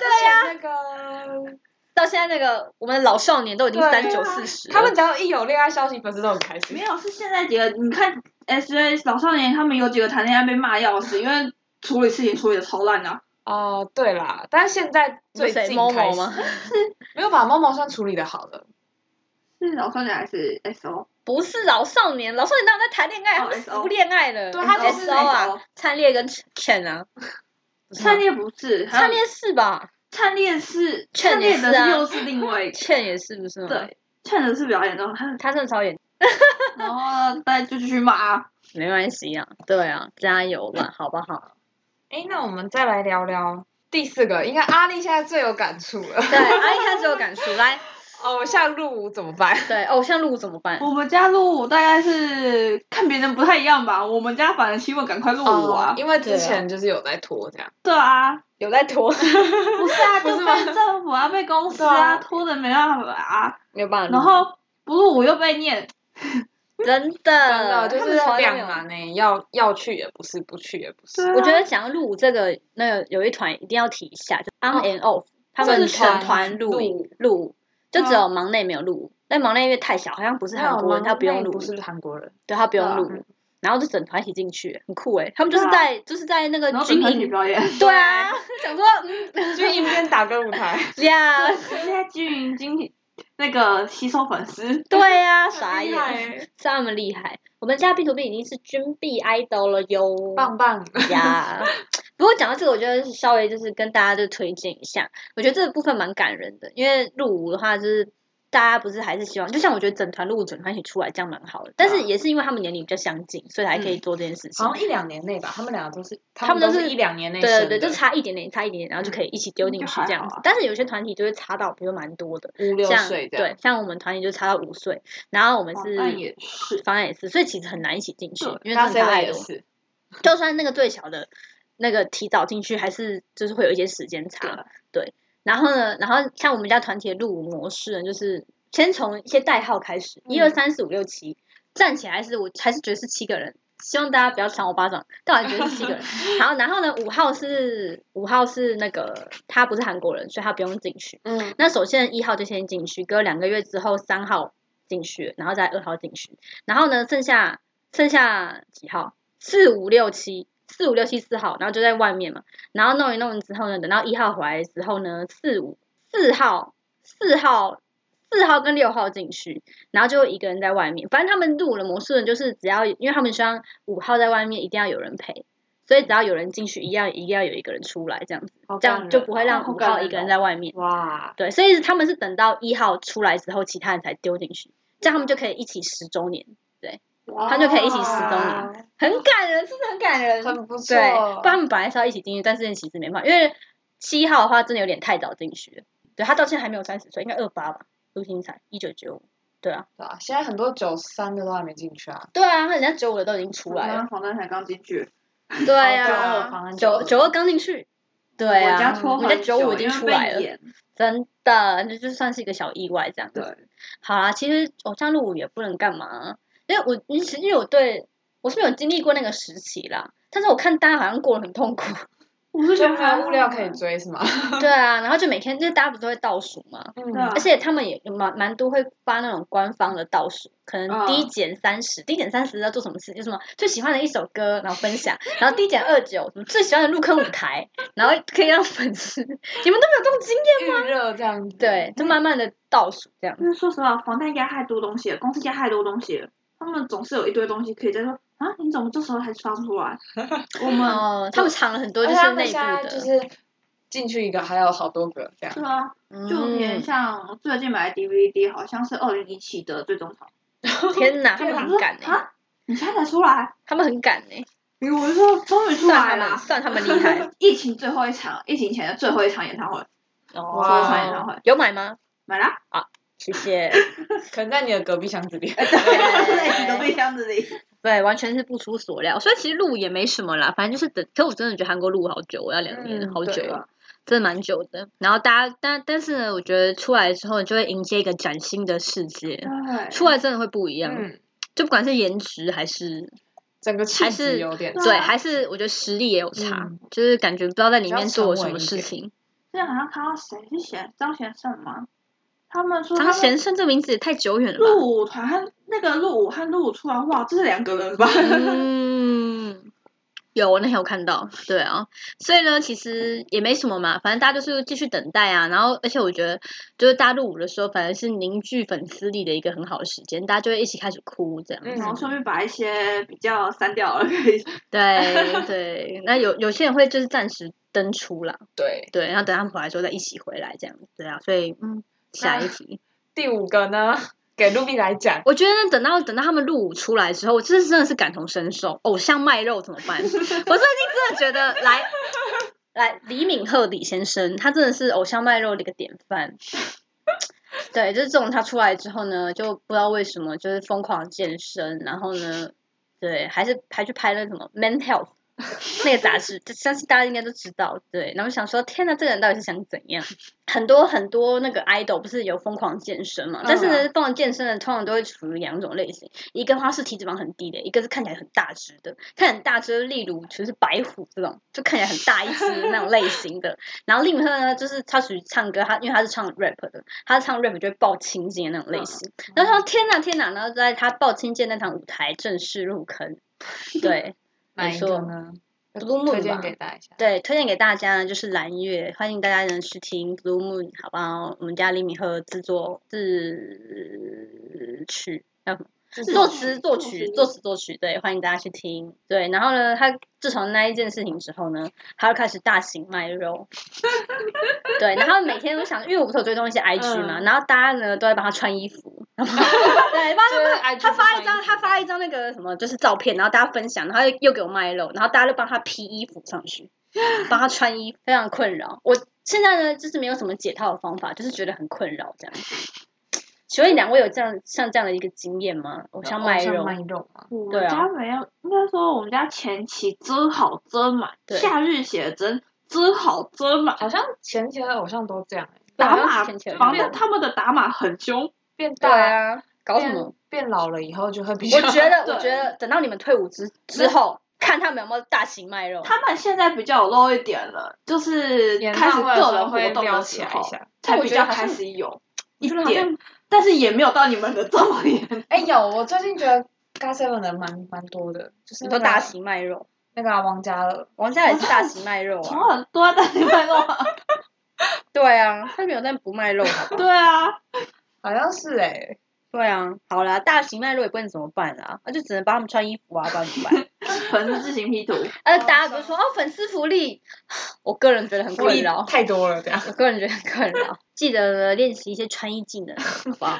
[SPEAKER 3] 对啊呀、
[SPEAKER 4] 那
[SPEAKER 3] *laughs*
[SPEAKER 4] 个
[SPEAKER 3] 到现在那个我们的老少年都已经
[SPEAKER 4] 对啊
[SPEAKER 3] 三九四十，
[SPEAKER 4] 他们只要一有恋爱消息，粉丝都很开心
[SPEAKER 5] 没。有，是现在几个，你看 S J 老少年他们有几个谈恋爱被骂要死，因为处理事情处理的超烂的、啊。
[SPEAKER 4] 哦，对啦，但是现在最
[SPEAKER 3] 谁
[SPEAKER 4] 近
[SPEAKER 3] 某
[SPEAKER 4] 开
[SPEAKER 3] 某
[SPEAKER 4] 始
[SPEAKER 3] 吗？
[SPEAKER 4] *laughs* 没有吧？猫猫算处理的好的，
[SPEAKER 5] 是老少年还是 S O？
[SPEAKER 3] 不是老少年，老少年当然在谈恋爱，
[SPEAKER 5] 哦
[SPEAKER 3] 他们死
[SPEAKER 5] SO
[SPEAKER 3] 不恋爱了。
[SPEAKER 4] 对他
[SPEAKER 5] 就是
[SPEAKER 3] S O 啊
[SPEAKER 5] SO，
[SPEAKER 3] 灿烈跟 Chen 啊，
[SPEAKER 5] 灿烈不是，还有
[SPEAKER 3] 灿烈是吧
[SPEAKER 5] 灿烈是
[SPEAKER 3] 劝
[SPEAKER 5] 灿
[SPEAKER 3] 也
[SPEAKER 5] 烈
[SPEAKER 3] 是啊
[SPEAKER 5] 的是又是另 *laughs* 外一个，
[SPEAKER 3] ？Chen 也是不是吗？，
[SPEAKER 5] 对，灿的是表演 *laughs* 的，
[SPEAKER 3] 他真的超严，
[SPEAKER 5] 然后大家就继续骂。
[SPEAKER 3] 没关系啊，对啊，加油吧，好不好？ *laughs*
[SPEAKER 4] 哎，那我们再来聊聊第四个，应该阿丽现在最有感触了。
[SPEAKER 3] 对，阿一开始有感触，来，
[SPEAKER 4] 哦，我下入伍怎么办？
[SPEAKER 3] 对，哦偶像录怎么办？
[SPEAKER 5] 我们家录大概是看别人不太一样吧，我们家反而希望赶快录我啊。
[SPEAKER 4] 哦因为之前就是有在拖这样。
[SPEAKER 5] 对啊，
[SPEAKER 3] 有在
[SPEAKER 4] *laughs*
[SPEAKER 3] 拖，
[SPEAKER 5] 不是 *laughs* 啊，
[SPEAKER 4] 不
[SPEAKER 5] 就是
[SPEAKER 4] 吗
[SPEAKER 5] 被政府啊，被公司
[SPEAKER 4] 对啊
[SPEAKER 5] 啊拖的没办法啊，
[SPEAKER 3] 没有办法录，
[SPEAKER 5] 然后不录我又被念，
[SPEAKER 3] 真的，
[SPEAKER 4] 真的就
[SPEAKER 3] *laughs* 他
[SPEAKER 4] 是
[SPEAKER 3] 们从来都
[SPEAKER 4] 两
[SPEAKER 3] 没有
[SPEAKER 4] 难呢、要要去也不是，不去也不是。
[SPEAKER 5] 对啊
[SPEAKER 3] 我觉得讲到入伍这个，那个有一团一定要提一下，就 On and Off，、他们
[SPEAKER 4] 哦就是
[SPEAKER 3] 成
[SPEAKER 4] 团
[SPEAKER 3] 团入
[SPEAKER 4] 入
[SPEAKER 3] 伍
[SPEAKER 4] 伍
[SPEAKER 3] 入伍，就
[SPEAKER 5] 对啊
[SPEAKER 3] 只有忙内没有入伍。但忙内因为太小，好像不是
[SPEAKER 4] 没有
[SPEAKER 3] 韩国人，
[SPEAKER 4] 忙
[SPEAKER 3] 他不用
[SPEAKER 4] 内
[SPEAKER 3] 入伍
[SPEAKER 4] 不，是韩国
[SPEAKER 3] *laughs*
[SPEAKER 4] 人，
[SPEAKER 3] 对他不用
[SPEAKER 5] 对啊
[SPEAKER 3] 入伍，然后就整团一起进去，很酷哎。他们就是
[SPEAKER 5] 对啊
[SPEAKER 3] 在就是在那个
[SPEAKER 5] 然后
[SPEAKER 3] 军
[SPEAKER 5] 整团体
[SPEAKER 3] 营，
[SPEAKER 5] 表演。
[SPEAKER 3] 对啊， *laughs* 想说
[SPEAKER 4] 就一边打歌舞台。
[SPEAKER 3] 呀，
[SPEAKER 5] 现在军营经理那个吸收粉 *laughs* 丝，
[SPEAKER 4] *laughs*
[SPEAKER 3] 对呀，傻
[SPEAKER 4] 厉害
[SPEAKER 3] 眼，
[SPEAKER 4] 欸
[SPEAKER 3] 是他们厉害。我们家 B to B 已经是军币 idol 了哟，
[SPEAKER 4] *laughs* 棒棒。 *laughs*
[SPEAKER 3] 呀。不过讲到这个，我觉得稍微就是跟大家就推荐一下，我觉得这个部分蛮感人的，因为入伍的话就是。大家不是还是希望，就像我觉得整团入伍整团一起出来，这样蛮好的。但
[SPEAKER 4] 嗯
[SPEAKER 3] 是也是因为他们年龄比较相近，所以才可以做这件事情。
[SPEAKER 4] 好像一两年内吧，他们两个都是，
[SPEAKER 3] 他们
[SPEAKER 4] 都
[SPEAKER 3] 都是
[SPEAKER 4] 一两年内
[SPEAKER 3] 对对
[SPEAKER 4] 生
[SPEAKER 3] 对，
[SPEAKER 4] 的，
[SPEAKER 3] 就差一点点，差一点点，然后就可以一起丢进
[SPEAKER 5] 就
[SPEAKER 3] 去
[SPEAKER 5] 还
[SPEAKER 3] 这样
[SPEAKER 5] 好
[SPEAKER 3] 子。
[SPEAKER 5] 啊
[SPEAKER 3] 但是有些团体就会差到，比如蛮多的，
[SPEAKER 4] 五嗯六
[SPEAKER 3] 像
[SPEAKER 4] 岁这样。
[SPEAKER 3] 对，像我们团体就差到五岁，然后我们是
[SPEAKER 5] 但也是，
[SPEAKER 3] 方案也是，所以其实很难一起进去，
[SPEAKER 4] 嗯
[SPEAKER 3] 因为
[SPEAKER 4] 他
[SPEAKER 3] 真的
[SPEAKER 4] C
[SPEAKER 3] 太
[SPEAKER 4] 位
[SPEAKER 3] 爱
[SPEAKER 4] 也
[SPEAKER 3] 了。
[SPEAKER 4] 是，
[SPEAKER 3] 就算那个最小的那个提早进去，还是就是会有一些时间差。对，然后呢，然后像我们家团体的入伍模式呢，就是先从一些代号开始，一二三四五六七，站起来是我还是觉得是七个人，希望大家不要赏我巴掌，但我还觉得是七个人。好，然后呢，五号是五号是那个他不是韩国人，所以他不用进去。
[SPEAKER 4] 嗯，
[SPEAKER 3] 那首先一号就先进去，隔两个月之后三号进去，然后再二号进去，然后呢剩下剩下几号？四五六七，四五六七四号，然后就在外面嘛，然后弄一弄之后呢，等到一号回来之后呢，四五四号四号四号跟六号进去，然后就一个人在外面，反正他们入伍的模式呢，就是只要因为他们希望五号在外面一定要有人陪。所以只要有人进去，一样一定要有一个人出来，这样子，
[SPEAKER 4] 好
[SPEAKER 3] 这
[SPEAKER 4] 感
[SPEAKER 3] 样就
[SPEAKER 4] 人
[SPEAKER 3] 不会让
[SPEAKER 4] 好
[SPEAKER 3] 五
[SPEAKER 4] 感
[SPEAKER 3] 号
[SPEAKER 4] 人
[SPEAKER 3] 一个人
[SPEAKER 4] 哦
[SPEAKER 3] 在外面。
[SPEAKER 4] 哇，
[SPEAKER 3] 对，所以他们是等到一号出来之后，其他人才丢进去，这样他们就可以一起十周年，
[SPEAKER 4] 他
[SPEAKER 3] 他就可以一起十周年，
[SPEAKER 4] 年，
[SPEAKER 3] 很感人，是不是很感人？
[SPEAKER 4] 很不错。
[SPEAKER 3] 对，不然他们本来是要一起进去，但是其实没办法，因为七号的话真的有点太早进去了，对他到现在还没有三十岁，应该二八吧，陆星才一九九五，对啊，
[SPEAKER 4] 对啊现在很多九三的都还没进去啊，
[SPEAKER 3] 对啊，他人家九五的都已经出来了，
[SPEAKER 5] 黄灯才刚进去，
[SPEAKER 3] 对
[SPEAKER 4] 哦
[SPEAKER 3] 啊，
[SPEAKER 4] 92好像
[SPEAKER 3] 九九二刚进去，对
[SPEAKER 5] 我家
[SPEAKER 3] 啊，
[SPEAKER 5] 拖
[SPEAKER 3] 我
[SPEAKER 5] 很
[SPEAKER 3] 家
[SPEAKER 5] 久，
[SPEAKER 3] 九五已经
[SPEAKER 5] 因为
[SPEAKER 3] 出
[SPEAKER 5] 被
[SPEAKER 3] 来了，
[SPEAKER 5] 演
[SPEAKER 3] 真的，那就算是一个小意外这样子。
[SPEAKER 5] 对，
[SPEAKER 3] 好啦，其实偶像入伍也不能干嘛，因为我因其实我对我是没有经历过那个时期啦，但是我看大家好像过得很 *laughs* 痛苦，
[SPEAKER 5] 我是
[SPEAKER 4] 就
[SPEAKER 5] 觉
[SPEAKER 3] 啊
[SPEAKER 4] 没
[SPEAKER 5] 得
[SPEAKER 4] 有物料可以追是吗？
[SPEAKER 3] 对啊，然后就每天就是大家不是都会倒数嘛，
[SPEAKER 4] 嗯
[SPEAKER 5] 对啊
[SPEAKER 3] 而且他们也蛮蛮多会发那种官方的倒数，可能
[SPEAKER 5] 嗯
[SPEAKER 3] 低减三十，低减三十要做什么事，就什么最喜欢的一首歌，然后分享，然后低减二九，什么最喜欢的入坑舞台，然后可以让粉丝， *laughs* 你们都没有这种经验，
[SPEAKER 4] 预热这样子，
[SPEAKER 3] 对，就慢慢的倒数这样
[SPEAKER 5] 因为说实话，房贷压太多东西了，公司压太多东西了，他们总是有一堆东西可以在说啊，你怎么这时候才发出来？我
[SPEAKER 3] *laughs*
[SPEAKER 5] 们
[SPEAKER 3] 哦，他们藏了很多
[SPEAKER 4] 嗯而
[SPEAKER 3] 就
[SPEAKER 4] 且他
[SPEAKER 3] 是
[SPEAKER 4] 们
[SPEAKER 3] 内部
[SPEAKER 4] 现在就
[SPEAKER 3] 的，
[SPEAKER 4] 是进去一个还有好多个这样
[SPEAKER 5] 对，啊，就连
[SPEAKER 3] 嗯，
[SPEAKER 5] 像最近买的 DVD 好像是二零一七的最终场，
[SPEAKER 4] *laughs*
[SPEAKER 3] 天哪，他
[SPEAKER 5] 他
[SPEAKER 3] 们
[SPEAKER 5] 们
[SPEAKER 3] 很
[SPEAKER 5] 说
[SPEAKER 3] 敢哎、
[SPEAKER 5] 啊，你现在才出来？
[SPEAKER 3] 他们很敢哎、
[SPEAKER 5] 哎我就说终于出
[SPEAKER 3] 算他
[SPEAKER 5] 来
[SPEAKER 3] 们
[SPEAKER 5] 了。
[SPEAKER 3] 算他
[SPEAKER 4] 啊
[SPEAKER 3] 们厉
[SPEAKER 4] *laughs*
[SPEAKER 3] 害
[SPEAKER 5] *laughs* 疫情最后一场，疫情前的最后一场演唱会，
[SPEAKER 4] 哇
[SPEAKER 5] 最后一场演唱会
[SPEAKER 3] 哦有买吗？
[SPEAKER 5] 买
[SPEAKER 3] *laughs*
[SPEAKER 5] 啦，
[SPEAKER 3] 谢
[SPEAKER 4] *laughs*
[SPEAKER 3] 谢。
[SPEAKER 4] 可能在你的隔壁箱子 *laughs* 里。
[SPEAKER 5] 在你的
[SPEAKER 3] 对，
[SPEAKER 5] 冰箱子里。
[SPEAKER 3] 对，完全是不出所料，所以其实录也没什么啦，反正就是等。可我真的觉得韩国录好久，我要两年，
[SPEAKER 4] 嗯
[SPEAKER 3] 好久
[SPEAKER 4] 对
[SPEAKER 3] 了，真的蛮久的。然后大家，但但是呢，我觉得出来之后就会迎接一个崭新的世界，
[SPEAKER 5] 对，
[SPEAKER 3] 出来真的会不一样，
[SPEAKER 4] 嗯，
[SPEAKER 3] 就不管是颜值还是
[SPEAKER 4] 整个气
[SPEAKER 3] 还是
[SPEAKER 4] 质有 *laughs* 点
[SPEAKER 5] 对啊
[SPEAKER 3] 对，还是我觉得实力也有差，
[SPEAKER 4] 嗯
[SPEAKER 3] 就是感觉不知道在里
[SPEAKER 4] 比较
[SPEAKER 3] 面做了
[SPEAKER 4] 沉
[SPEAKER 3] 什
[SPEAKER 4] 稳
[SPEAKER 3] 么
[SPEAKER 4] 一
[SPEAKER 3] 事
[SPEAKER 4] 点
[SPEAKER 3] 情。
[SPEAKER 5] 之前好像看到谁是写张贤胜吗？他们
[SPEAKER 4] 啊
[SPEAKER 5] 说
[SPEAKER 3] 张
[SPEAKER 5] 他们
[SPEAKER 3] 贤胜这名字也太久远了吧？
[SPEAKER 5] 入伍团和那个入伍和入伍出来，哇，这是两个人吧？
[SPEAKER 3] 嗯，有，我那天有看到，对啊，所以呢，其实也没什么嘛，反正大家就是继续等待啊。然后，而且我觉得，就是大家入伍的时候，反而是凝聚粉丝力的一个很好的时间，大家就会一起开始哭这样。
[SPEAKER 4] 嗯
[SPEAKER 5] *laughs* 然后顺便把一些比较删掉了，可以
[SPEAKER 3] 对对，那有有些人会就是暂时登出啦，
[SPEAKER 4] 对。
[SPEAKER 3] 对，然后等他们回来之后再一起回来这样，对啊，所以嗯，下一题，
[SPEAKER 4] 第五个呢，给 Ruby 来讲，
[SPEAKER 3] 我觉得等到等到他们入伍出来之后，我真的真的是感同身受，偶像卖肉怎么办？我 *laughs* 最近真的觉得来。来，李敏赫李先生，他真的是偶像卖肉的一个典范。 *laughs* 对，就是自从他出来之后呢，就不知道为什么就是疯狂健身，然后呢，对，还是还去拍了什么《Men Health》那个杂志，这相信大家应该都知道。对，然后想说，天呐，这个人到底是想怎样？很多很多那个 idol 不是有疯狂健身嘛？但是呢，疯狂健身的通常都会属于两种类型，一个他是体脂肪很低的，一个是看起来很大只的。看起来很大只，例如就是白虎这种，就看起来很大一只那种类型的。然后另一个呢，就是他属于唱歌，他因为他是唱 rap 的，他唱 rap 就会爆青筋的那种类型。然后他说天哪天哪，然后在他爆青筋那场舞台正式入坑，对
[SPEAKER 4] 哪一个呢？
[SPEAKER 3] Blue Moon
[SPEAKER 4] 推荐
[SPEAKER 3] 吧
[SPEAKER 4] 给大家一下。
[SPEAKER 3] 对，推荐给大家呢就是蓝月，欢迎大家呢去听 Blue Moon，好不好？我们家李敏赫制作自曲。啊作词、作曲、作词、作曲，对，欢迎大家去听。对，然后呢，他自从那一件事情之后呢，他又开始大型卖肉。对，然后每天都想，因为我不是有追踪一些 IG 嘛，
[SPEAKER 4] 嗯
[SPEAKER 3] 然后大家呢都在帮他穿衣服，然后 *laughs* 对，帮
[SPEAKER 4] 就是
[SPEAKER 3] 他
[SPEAKER 4] IG
[SPEAKER 3] 他发
[SPEAKER 4] 穿
[SPEAKER 3] 一张
[SPEAKER 4] 衣服
[SPEAKER 3] 他发一张那个什么就是照片，然后大家分享，然后又给我卖肉，然后大家就帮他披衣服上去，帮他穿衣服，非常困扰。我现在呢就是没有什么解套的方法，就是觉得很困扰这样。请问两位有这样像这样的一个经验吗？偶像卖
[SPEAKER 4] 像
[SPEAKER 3] 肉，
[SPEAKER 4] 卖肉嘛，
[SPEAKER 5] *laughs* 我
[SPEAKER 3] 对啊
[SPEAKER 5] 们家没有，应该说我们家前期遮好遮满，
[SPEAKER 3] 对
[SPEAKER 5] 夏日写真遮好遮满，
[SPEAKER 4] 好像前期的偶像都这样、欸，
[SPEAKER 5] 打码
[SPEAKER 3] 前期的
[SPEAKER 5] 反
[SPEAKER 3] 没有
[SPEAKER 5] 正他们的打码很凶，
[SPEAKER 4] 变
[SPEAKER 3] 对
[SPEAKER 4] 大、
[SPEAKER 3] 啊，搞
[SPEAKER 4] 变，
[SPEAKER 3] 什么？
[SPEAKER 4] 变老了以后就会比较。
[SPEAKER 3] 我
[SPEAKER 4] *laughs*
[SPEAKER 3] 觉得，
[SPEAKER 5] 对
[SPEAKER 3] 我觉得等到你们退伍之之后，看他们有没有大型卖肉。
[SPEAKER 5] 他们现在比较有露一点了，就是
[SPEAKER 4] 演
[SPEAKER 5] 开始
[SPEAKER 4] 唱会的时
[SPEAKER 5] 个
[SPEAKER 4] 候
[SPEAKER 5] 人活动
[SPEAKER 4] 会撩
[SPEAKER 5] 的
[SPEAKER 4] 起
[SPEAKER 5] 时
[SPEAKER 4] 来
[SPEAKER 5] 候
[SPEAKER 4] 一下，
[SPEAKER 5] 才
[SPEAKER 4] 我
[SPEAKER 5] 比
[SPEAKER 4] 觉得
[SPEAKER 5] 较
[SPEAKER 4] 好像
[SPEAKER 5] 开始有一
[SPEAKER 4] 觉得好
[SPEAKER 5] 点，但是也没有到你们的这么严重
[SPEAKER 4] 哎、有，我最近觉得 GOT7 的蛮蛮多的，就是
[SPEAKER 3] 你
[SPEAKER 4] 那
[SPEAKER 3] 说
[SPEAKER 4] 个
[SPEAKER 3] 大型卖肉，
[SPEAKER 4] 那个啊王嘉尔，
[SPEAKER 3] 王嘉也是大型卖肉
[SPEAKER 5] 从 *laughs*
[SPEAKER 3] 啊。
[SPEAKER 5] 很多在你们弄，
[SPEAKER 4] *laughs*
[SPEAKER 3] 对啊，他没有在不卖肉好吧？
[SPEAKER 5] 对啊，
[SPEAKER 4] 好像是哎、
[SPEAKER 3] 对啊，好啦，大型卖肉也不能怎么办啊，那就只能帮他们穿衣服啊，帮你办。
[SPEAKER 5] 粉丝自行 P 图，
[SPEAKER 3] 而大家不是说哦粉丝福利，我个人觉得很
[SPEAKER 4] 福
[SPEAKER 3] 困
[SPEAKER 4] 利
[SPEAKER 3] 扰，
[SPEAKER 4] 太多了这样。
[SPEAKER 3] 我个人觉得很困扰。 *laughs* 记得练习一些穿衣 *laughs* 技能，好不好？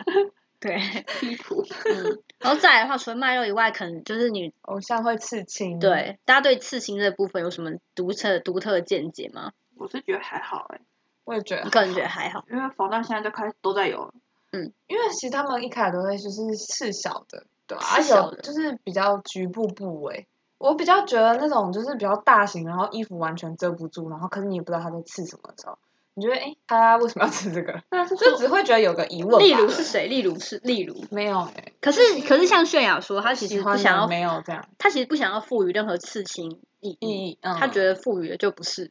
[SPEAKER 3] 对，
[SPEAKER 5] P 图，
[SPEAKER 3] 嗯， *laughs* 然后再来的话，除了卖肉以外，可能就是你
[SPEAKER 4] 偶像会刺青，，
[SPEAKER 3] 对大家对刺青这部分有什么独特独特的见解吗？
[SPEAKER 5] *laughs* 我是觉得还好哎、
[SPEAKER 4] 我也觉得
[SPEAKER 3] 我，个人觉得还好，
[SPEAKER 5] 因为防弹现在就开始都在有了，
[SPEAKER 4] 因为其实他们一开始都会就是刺小的，对吧、啊？
[SPEAKER 3] 刺小
[SPEAKER 4] 有
[SPEAKER 3] 的
[SPEAKER 4] 就是比较局部部位。我比较觉得那种就是比较大型，然后衣服完全遮不住，然后可是你也不知道他在刺什么的时候，你觉得哎、诶他为什么要刺这个？ *laughs*
[SPEAKER 5] 但是
[SPEAKER 4] 就只会觉得有个疑问吧。
[SPEAKER 3] 例如是谁？例如是例如，
[SPEAKER 4] 没有哎、
[SPEAKER 3] 可是可是像泫雅说，她其
[SPEAKER 4] 喜
[SPEAKER 3] 实
[SPEAKER 4] 欢
[SPEAKER 3] 不
[SPEAKER 4] 的
[SPEAKER 3] 想要
[SPEAKER 4] 没有这样
[SPEAKER 3] 他其实不想要赋予任何刺青意
[SPEAKER 4] 意
[SPEAKER 3] 义，
[SPEAKER 4] 义，嗯，
[SPEAKER 3] 他觉得赋予的就不是，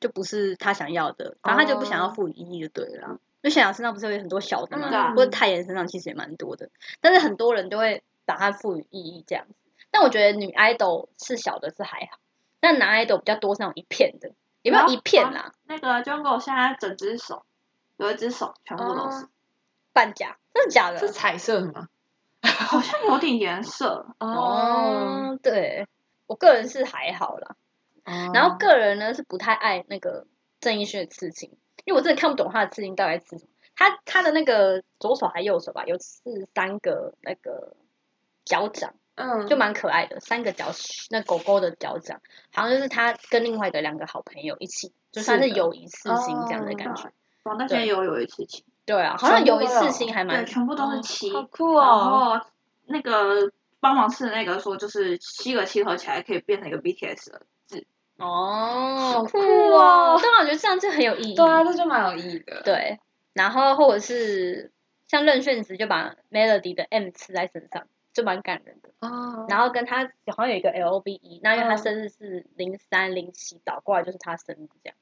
[SPEAKER 3] 就不是他想要的，反正他就不想要
[SPEAKER 4] 哦
[SPEAKER 3] 赋予意义就对了啦。因为小羊身上不是有很多小的
[SPEAKER 5] 嗯对
[SPEAKER 3] 嘛，
[SPEAKER 5] 啊
[SPEAKER 3] 或者泰妍身上其实也蛮多的，但是很多人都会把它赋予意义这样子。但我觉得女 idol 是小的是还好，但男 idol 比较多是那种一片的，也没有
[SPEAKER 5] 啊
[SPEAKER 3] 一片
[SPEAKER 5] 啊
[SPEAKER 3] 啦，
[SPEAKER 5] 那个 Jungle 现在整只手，有一只手全部都
[SPEAKER 3] 哦
[SPEAKER 5] 是，
[SPEAKER 3] 半甲，真的假
[SPEAKER 4] 是
[SPEAKER 3] 的？
[SPEAKER 4] 彩色的吗？
[SPEAKER 5] 好像有点颜色，
[SPEAKER 4] 哦，
[SPEAKER 3] 哦，对，我个人是还好啦。
[SPEAKER 4] 哦
[SPEAKER 3] 然后个人呢是不太爱那个郑义勋的刺青，因为我真的看不懂他的刺青到底在刺什么。他他的那个左手还右手吧，有刺三个那个脚掌，
[SPEAKER 4] 嗯，
[SPEAKER 3] 就蛮可爱的，三个脚那狗狗的脚掌，好像就是他跟另外的两个好朋友一起，就算是
[SPEAKER 4] 是的哦
[SPEAKER 3] 友谊刺青这样的感觉。
[SPEAKER 5] 防弹现在有有一次情，
[SPEAKER 3] 对啊，好像友谊
[SPEAKER 4] 全部都
[SPEAKER 3] 刺
[SPEAKER 4] 有
[SPEAKER 3] 青还
[SPEAKER 5] 对，
[SPEAKER 3] 蛮
[SPEAKER 5] 全部都是七，
[SPEAKER 4] 哦好酷
[SPEAKER 5] 然
[SPEAKER 4] 哦，
[SPEAKER 5] 后那个帮忙试的那个说，就是七个七合起来可以变成一个 BTS 了。
[SPEAKER 3] 哦，
[SPEAKER 4] 好酷哦
[SPEAKER 3] 但我觉得这样就很有意义。
[SPEAKER 4] 对啊，这就蛮有意义的，，
[SPEAKER 3] 对，然后或者是像任炫子就把 Melody 的 M 刺在身上，就蛮感人的。
[SPEAKER 4] 哦，
[SPEAKER 3] 然后跟他好像有一个 L O V E，那因为他
[SPEAKER 4] 嗯
[SPEAKER 3] 生日是零三零七，倒过来就是他生日这样。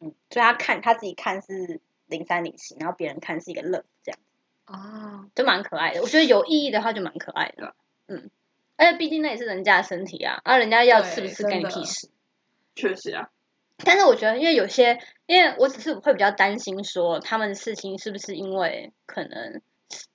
[SPEAKER 3] 嗯，所以他看他自己看是零三零七，然后别人看是一个 love 这样，
[SPEAKER 4] 哦，
[SPEAKER 3] 就蛮可爱的。我觉得有意义的话就蛮可爱的。嗯，而且毕竟那也是人家的身体啊，啊人家要
[SPEAKER 4] 对
[SPEAKER 3] 吃不吃干
[SPEAKER 4] 真
[SPEAKER 3] 你
[SPEAKER 4] 的
[SPEAKER 3] 屁事。
[SPEAKER 5] 确实啊，
[SPEAKER 3] 但是我觉得，因为有些，因为我只是会比较担心说，他们的事情是不是因为可能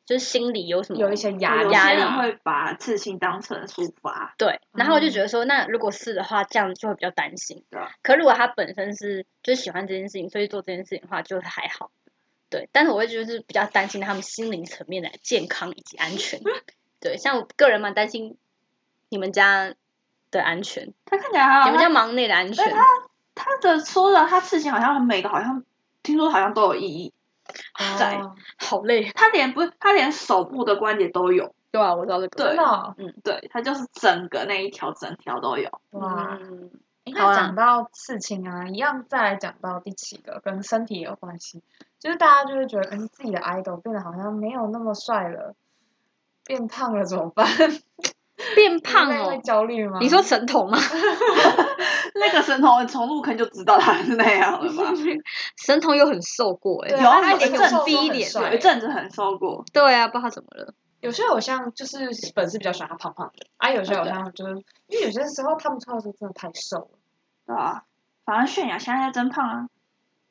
[SPEAKER 3] 就是心里有什么
[SPEAKER 4] 有一些压
[SPEAKER 5] 有
[SPEAKER 4] 力，啊
[SPEAKER 3] 压
[SPEAKER 5] 些
[SPEAKER 3] 力
[SPEAKER 5] 人会把刺青当成抒发，
[SPEAKER 3] 对，然后我就觉得说，那如果是的话，这样就会比较担心。
[SPEAKER 5] 对啊
[SPEAKER 3] 可如果他本身是就是喜欢这件事情，所以做这件事情的话，就还好。对，但是我会觉得是比较担心他们心灵层面的健康以及安全。对，像我个人蛮担心你们家的安全，
[SPEAKER 5] 他看起来还好。
[SPEAKER 3] 你们家
[SPEAKER 5] 啊他
[SPEAKER 3] 忙内的安全。
[SPEAKER 5] 他的说的他刺青好像每个好像听说好像都有意义，在
[SPEAKER 4] 哦
[SPEAKER 3] 好累，
[SPEAKER 5] 他连不他连手部的关节都有，
[SPEAKER 3] 对啊，我知道这个。
[SPEAKER 5] 对
[SPEAKER 4] 真的哦
[SPEAKER 5] 对他就是整个那一条整条都有。
[SPEAKER 4] 哇。
[SPEAKER 3] 嗯
[SPEAKER 4] 诶那
[SPEAKER 3] 好啦
[SPEAKER 4] 讲到刺青啊，一样再来讲到第七个跟身体有关系，就是大家就会觉得，嗯，自己的 idol 变得好像没有那么帅了，变胖了怎么办？
[SPEAKER 3] 变
[SPEAKER 4] *laughs*
[SPEAKER 3] 胖
[SPEAKER 4] 你会
[SPEAKER 3] 哦。
[SPEAKER 4] 焦虑吗？
[SPEAKER 3] 你说神
[SPEAKER 4] *laughs*
[SPEAKER 3] 童吗？
[SPEAKER 5] 那个神童，你从入坑就知道他是那样了吧？
[SPEAKER 3] 神童有很瘦过
[SPEAKER 4] *laughs*
[SPEAKER 3] 哎、
[SPEAKER 4] 对啊
[SPEAKER 5] 有
[SPEAKER 4] 他
[SPEAKER 5] 啊，有
[SPEAKER 4] 脸
[SPEAKER 5] 一
[SPEAKER 4] 很
[SPEAKER 5] 阵
[SPEAKER 4] 瘦都
[SPEAKER 5] 子
[SPEAKER 4] 很
[SPEAKER 3] 脸
[SPEAKER 5] 有一
[SPEAKER 4] 帅，
[SPEAKER 5] 阵子很瘦过，
[SPEAKER 3] 对啊，不知道他怎么了。
[SPEAKER 4] 有些偶像就是粉丝比较喜欢他胖胖的，啊，有些偶像就是因为有些时候他们穿的时候真的太瘦了。
[SPEAKER 5] 对啊，反正泫雅现在在增胖啊，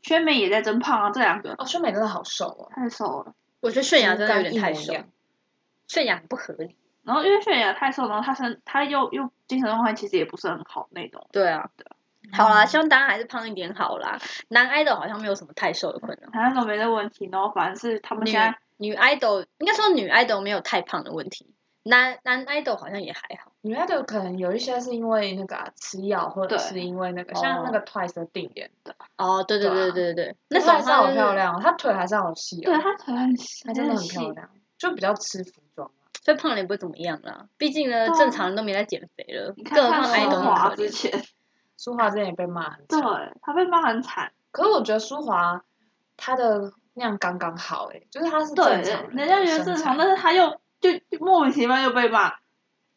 [SPEAKER 5] 宣美也在增胖啊，这两个
[SPEAKER 4] 哦，春美真的好瘦哦，
[SPEAKER 5] 太瘦了。
[SPEAKER 3] 我觉得泫雅真的
[SPEAKER 4] 跟
[SPEAKER 3] 有点
[SPEAKER 4] 一模
[SPEAKER 3] 太
[SPEAKER 4] 一
[SPEAKER 3] 瘦，
[SPEAKER 4] 样
[SPEAKER 3] 泫雅很不合理。
[SPEAKER 5] 然后因为泫雅太瘦，然后她身她又又精神状态其实也不是很好那种。
[SPEAKER 3] 对啊，好啦，希望大家还是胖一点好啦。男 idol 好像没有什么太瘦的困扰，
[SPEAKER 5] 反正都没这问题，然后反正是他们
[SPEAKER 3] 女
[SPEAKER 5] 现在
[SPEAKER 3] 女 idol 应该说女 idol 没有太胖的问题，男男 idol 好像也还好。
[SPEAKER 4] 女 idol 可能有一些是因为那个、啊、吃药，或者
[SPEAKER 5] 对
[SPEAKER 4] 是因为那个像那个 Twice 的定眼，
[SPEAKER 3] 哦，对对对对对对，那
[SPEAKER 4] 她还
[SPEAKER 3] 种
[SPEAKER 4] 是
[SPEAKER 3] 话
[SPEAKER 4] 好
[SPEAKER 3] 就是
[SPEAKER 4] 漂，亮哦，她腿还是好细
[SPEAKER 5] 对
[SPEAKER 4] 哦，
[SPEAKER 5] 她腿很
[SPEAKER 4] 她真的很漂
[SPEAKER 5] 细，
[SPEAKER 4] 亮，就比较吃服装啊。
[SPEAKER 3] 所以胖了也不会怎么样啦。毕竟呢，
[SPEAKER 5] 对啊
[SPEAKER 3] 正常人都没在减肥了，
[SPEAKER 5] 你
[SPEAKER 3] 更
[SPEAKER 5] 看
[SPEAKER 3] 何况
[SPEAKER 5] 看
[SPEAKER 3] idol
[SPEAKER 5] 德
[SPEAKER 3] 很
[SPEAKER 5] 华
[SPEAKER 3] 可
[SPEAKER 5] 之
[SPEAKER 3] 怜。
[SPEAKER 5] 前，
[SPEAKER 4] 舒华之前也被骂啊很
[SPEAKER 5] 对
[SPEAKER 4] 惨，
[SPEAKER 5] 他被骂很惨，
[SPEAKER 4] 可是我觉得舒华她的那样刚刚好、欸，哎，就是她是
[SPEAKER 5] 对，
[SPEAKER 4] 正常
[SPEAKER 5] 人家觉得正常，但
[SPEAKER 4] 的身材。
[SPEAKER 5] 是他又就就莫名其妙又被骂。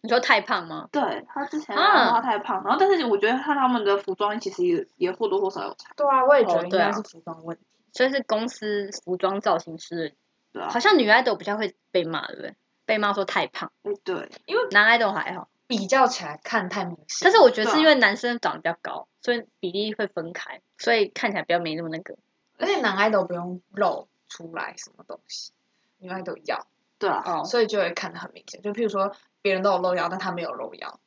[SPEAKER 3] 你说太胖吗？
[SPEAKER 5] 对他之前
[SPEAKER 3] 啊
[SPEAKER 4] 嗯
[SPEAKER 5] 说他太胖，然后但是我觉得看他们的服装其实也也或多或少有差，
[SPEAKER 4] 对啊，我也觉
[SPEAKER 3] 哦
[SPEAKER 4] 得应
[SPEAKER 3] 对啊
[SPEAKER 4] 该是服装问题。
[SPEAKER 3] 所以是公司服装造型师，
[SPEAKER 5] 对啊
[SPEAKER 3] 好，像女爱豆比较会被骂，对不对？被骂说太胖，
[SPEAKER 5] 哎对，
[SPEAKER 3] 男爱豆还好。
[SPEAKER 4] 比较起来看太明显，
[SPEAKER 3] 但是我觉得
[SPEAKER 5] 对啊
[SPEAKER 3] 是因为男生长得比较高，所以比例会分开，所以看起来比较没那么那个。
[SPEAKER 4] 而且男爱豆不用露出来什么东西，女爱豆要，
[SPEAKER 5] 对啊，
[SPEAKER 3] 哦，
[SPEAKER 4] 所以就会看得很明显。就譬如说别人都有露腰，但他没有露腰，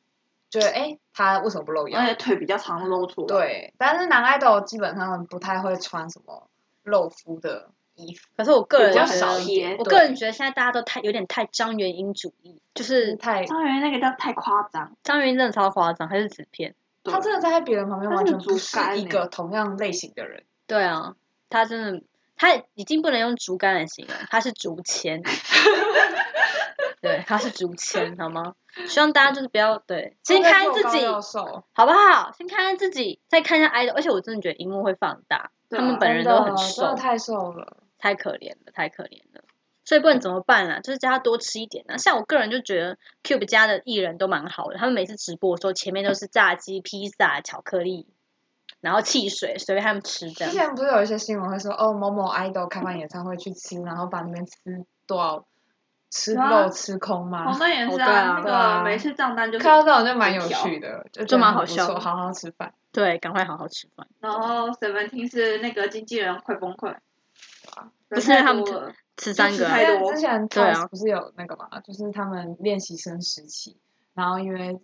[SPEAKER 4] 觉得哎、诶他为什么不露腰
[SPEAKER 5] 而？且腿比较长露出来。，
[SPEAKER 4] 对，但是男爱豆基本上不太会穿什么露肤的衣服，
[SPEAKER 3] 可是我个人
[SPEAKER 4] 比较
[SPEAKER 3] 觉得
[SPEAKER 4] 少一
[SPEAKER 5] 贴
[SPEAKER 4] 点。
[SPEAKER 3] 我
[SPEAKER 4] 对
[SPEAKER 3] 个人觉得现在大家都太有点太张元英主义，就是
[SPEAKER 4] 太，
[SPEAKER 5] 张元那个叫太夸张，
[SPEAKER 3] 张元英真的超夸张，还是纸片？
[SPEAKER 5] 对
[SPEAKER 4] 他真的在别人旁边
[SPEAKER 5] 他
[SPEAKER 4] 完
[SPEAKER 5] 是
[SPEAKER 4] 全
[SPEAKER 5] 竹
[SPEAKER 4] 不是
[SPEAKER 5] 竿
[SPEAKER 4] 一
[SPEAKER 5] 欸
[SPEAKER 4] 个同样类型的人。
[SPEAKER 3] 对啊，他真的他已经不能用竹竿来形容，他是竹
[SPEAKER 4] *laughs*
[SPEAKER 3] 签。对，他是竹签，好吗？希望大家就是不要对，先
[SPEAKER 4] 他在
[SPEAKER 3] 看
[SPEAKER 4] 又
[SPEAKER 3] 自
[SPEAKER 4] 高
[SPEAKER 3] 己
[SPEAKER 4] 又瘦
[SPEAKER 3] 好不好？先看看自己，再看一下 idol，而且我真的觉得荧幕会放大，
[SPEAKER 5] 对
[SPEAKER 3] 他
[SPEAKER 5] 啊
[SPEAKER 3] 们本人
[SPEAKER 4] 真
[SPEAKER 3] 都
[SPEAKER 4] 的
[SPEAKER 3] 很
[SPEAKER 4] 真
[SPEAKER 3] 瘦
[SPEAKER 4] 的，太瘦了。
[SPEAKER 3] 太可怜了，太可怜了。所以不然怎么办啊？就是叫他多吃一点啊。像我个人就觉得 Cube 家的艺人都蛮好的，他们每次直播的时候前面都是炸鸡、披萨、巧克力，然后汽水，随便他们吃这
[SPEAKER 4] 之 *laughs*
[SPEAKER 3] 样。
[SPEAKER 4] 前不是有一些新闻会说，哦，某某 idol 开办演唱会去吃，然后把那边吃多少吃
[SPEAKER 5] 有啊
[SPEAKER 4] 肉吃空吗
[SPEAKER 5] 红？灯也是
[SPEAKER 3] 哦对啊
[SPEAKER 5] 啊，
[SPEAKER 4] 对
[SPEAKER 5] 那
[SPEAKER 4] 啊
[SPEAKER 5] 个每次账单就是，
[SPEAKER 4] 看到这种就蛮有趣的，就觉得
[SPEAKER 3] 就蛮
[SPEAKER 4] 很
[SPEAKER 3] 好
[SPEAKER 4] 不
[SPEAKER 3] 笑
[SPEAKER 4] 错
[SPEAKER 3] 的
[SPEAKER 4] 好好吃饭。
[SPEAKER 3] 对，赶快好好吃饭。
[SPEAKER 5] 然后 Seventeen 是那个经纪人快崩溃，
[SPEAKER 3] 不是
[SPEAKER 5] 人太
[SPEAKER 3] 他们
[SPEAKER 5] 多
[SPEAKER 3] 就
[SPEAKER 5] 了
[SPEAKER 3] 吃三个
[SPEAKER 5] 就
[SPEAKER 3] 啊、
[SPEAKER 5] 吃太
[SPEAKER 4] 因
[SPEAKER 5] 多
[SPEAKER 4] 为之前
[SPEAKER 3] 对啊
[SPEAKER 4] Twice 不是有那个嘛，就是他们练习生时期，然后因为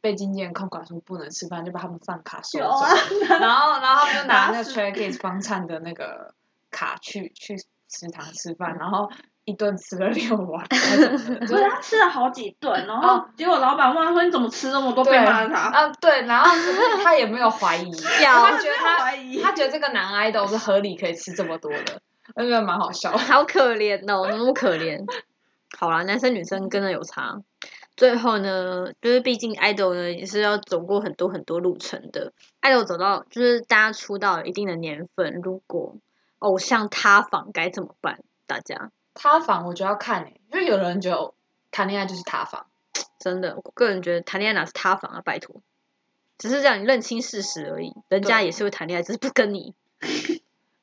[SPEAKER 4] 被经纪人控管说不能吃饭，就把他们饭卡收
[SPEAKER 5] 有
[SPEAKER 4] 走，
[SPEAKER 5] 啊，
[SPEAKER 4] *laughs* 然后然后他们就拿那
[SPEAKER 5] *laughs* 拿
[SPEAKER 4] 个
[SPEAKER 5] 是
[SPEAKER 4] t r a g a t e 帮唱的那个卡去去食堂吃饭，然后一顿吃了六碗，还是什
[SPEAKER 5] *laughs*
[SPEAKER 4] 么的就
[SPEAKER 5] 不
[SPEAKER 4] 是
[SPEAKER 5] 是他吃了好几顿，然后结果老板问他说你怎么吃这么多，被
[SPEAKER 4] 哦对
[SPEAKER 5] 骂他，
[SPEAKER 4] 啊，对，然后只是他也没有怀
[SPEAKER 5] *laughs*
[SPEAKER 4] 疑，
[SPEAKER 3] 啊
[SPEAKER 4] 他觉得
[SPEAKER 5] 没有
[SPEAKER 4] 他
[SPEAKER 5] 怀疑，
[SPEAKER 4] 他觉得这个男 idol 是合理可以吃这么多的，我觉得蛮好笑的。
[SPEAKER 3] *laughs* 好可怜哦，怎么那么可怜？好啦，男生女生真的有差。最后呢，就是毕竟 idol 呢也是要走过很多很多路程的。idol 走到就是大家出道一定的年份，如果偶像塌房该怎么办？大家
[SPEAKER 4] 塌房我觉得要看诶、因为有人觉得谈恋爱就是塌房，
[SPEAKER 3] 真的，我个人觉得谈恋爱哪是塌房啊，拜托，只是让你认清事实而已。人家
[SPEAKER 4] 对
[SPEAKER 3] 也是会谈恋爱，只是不跟你。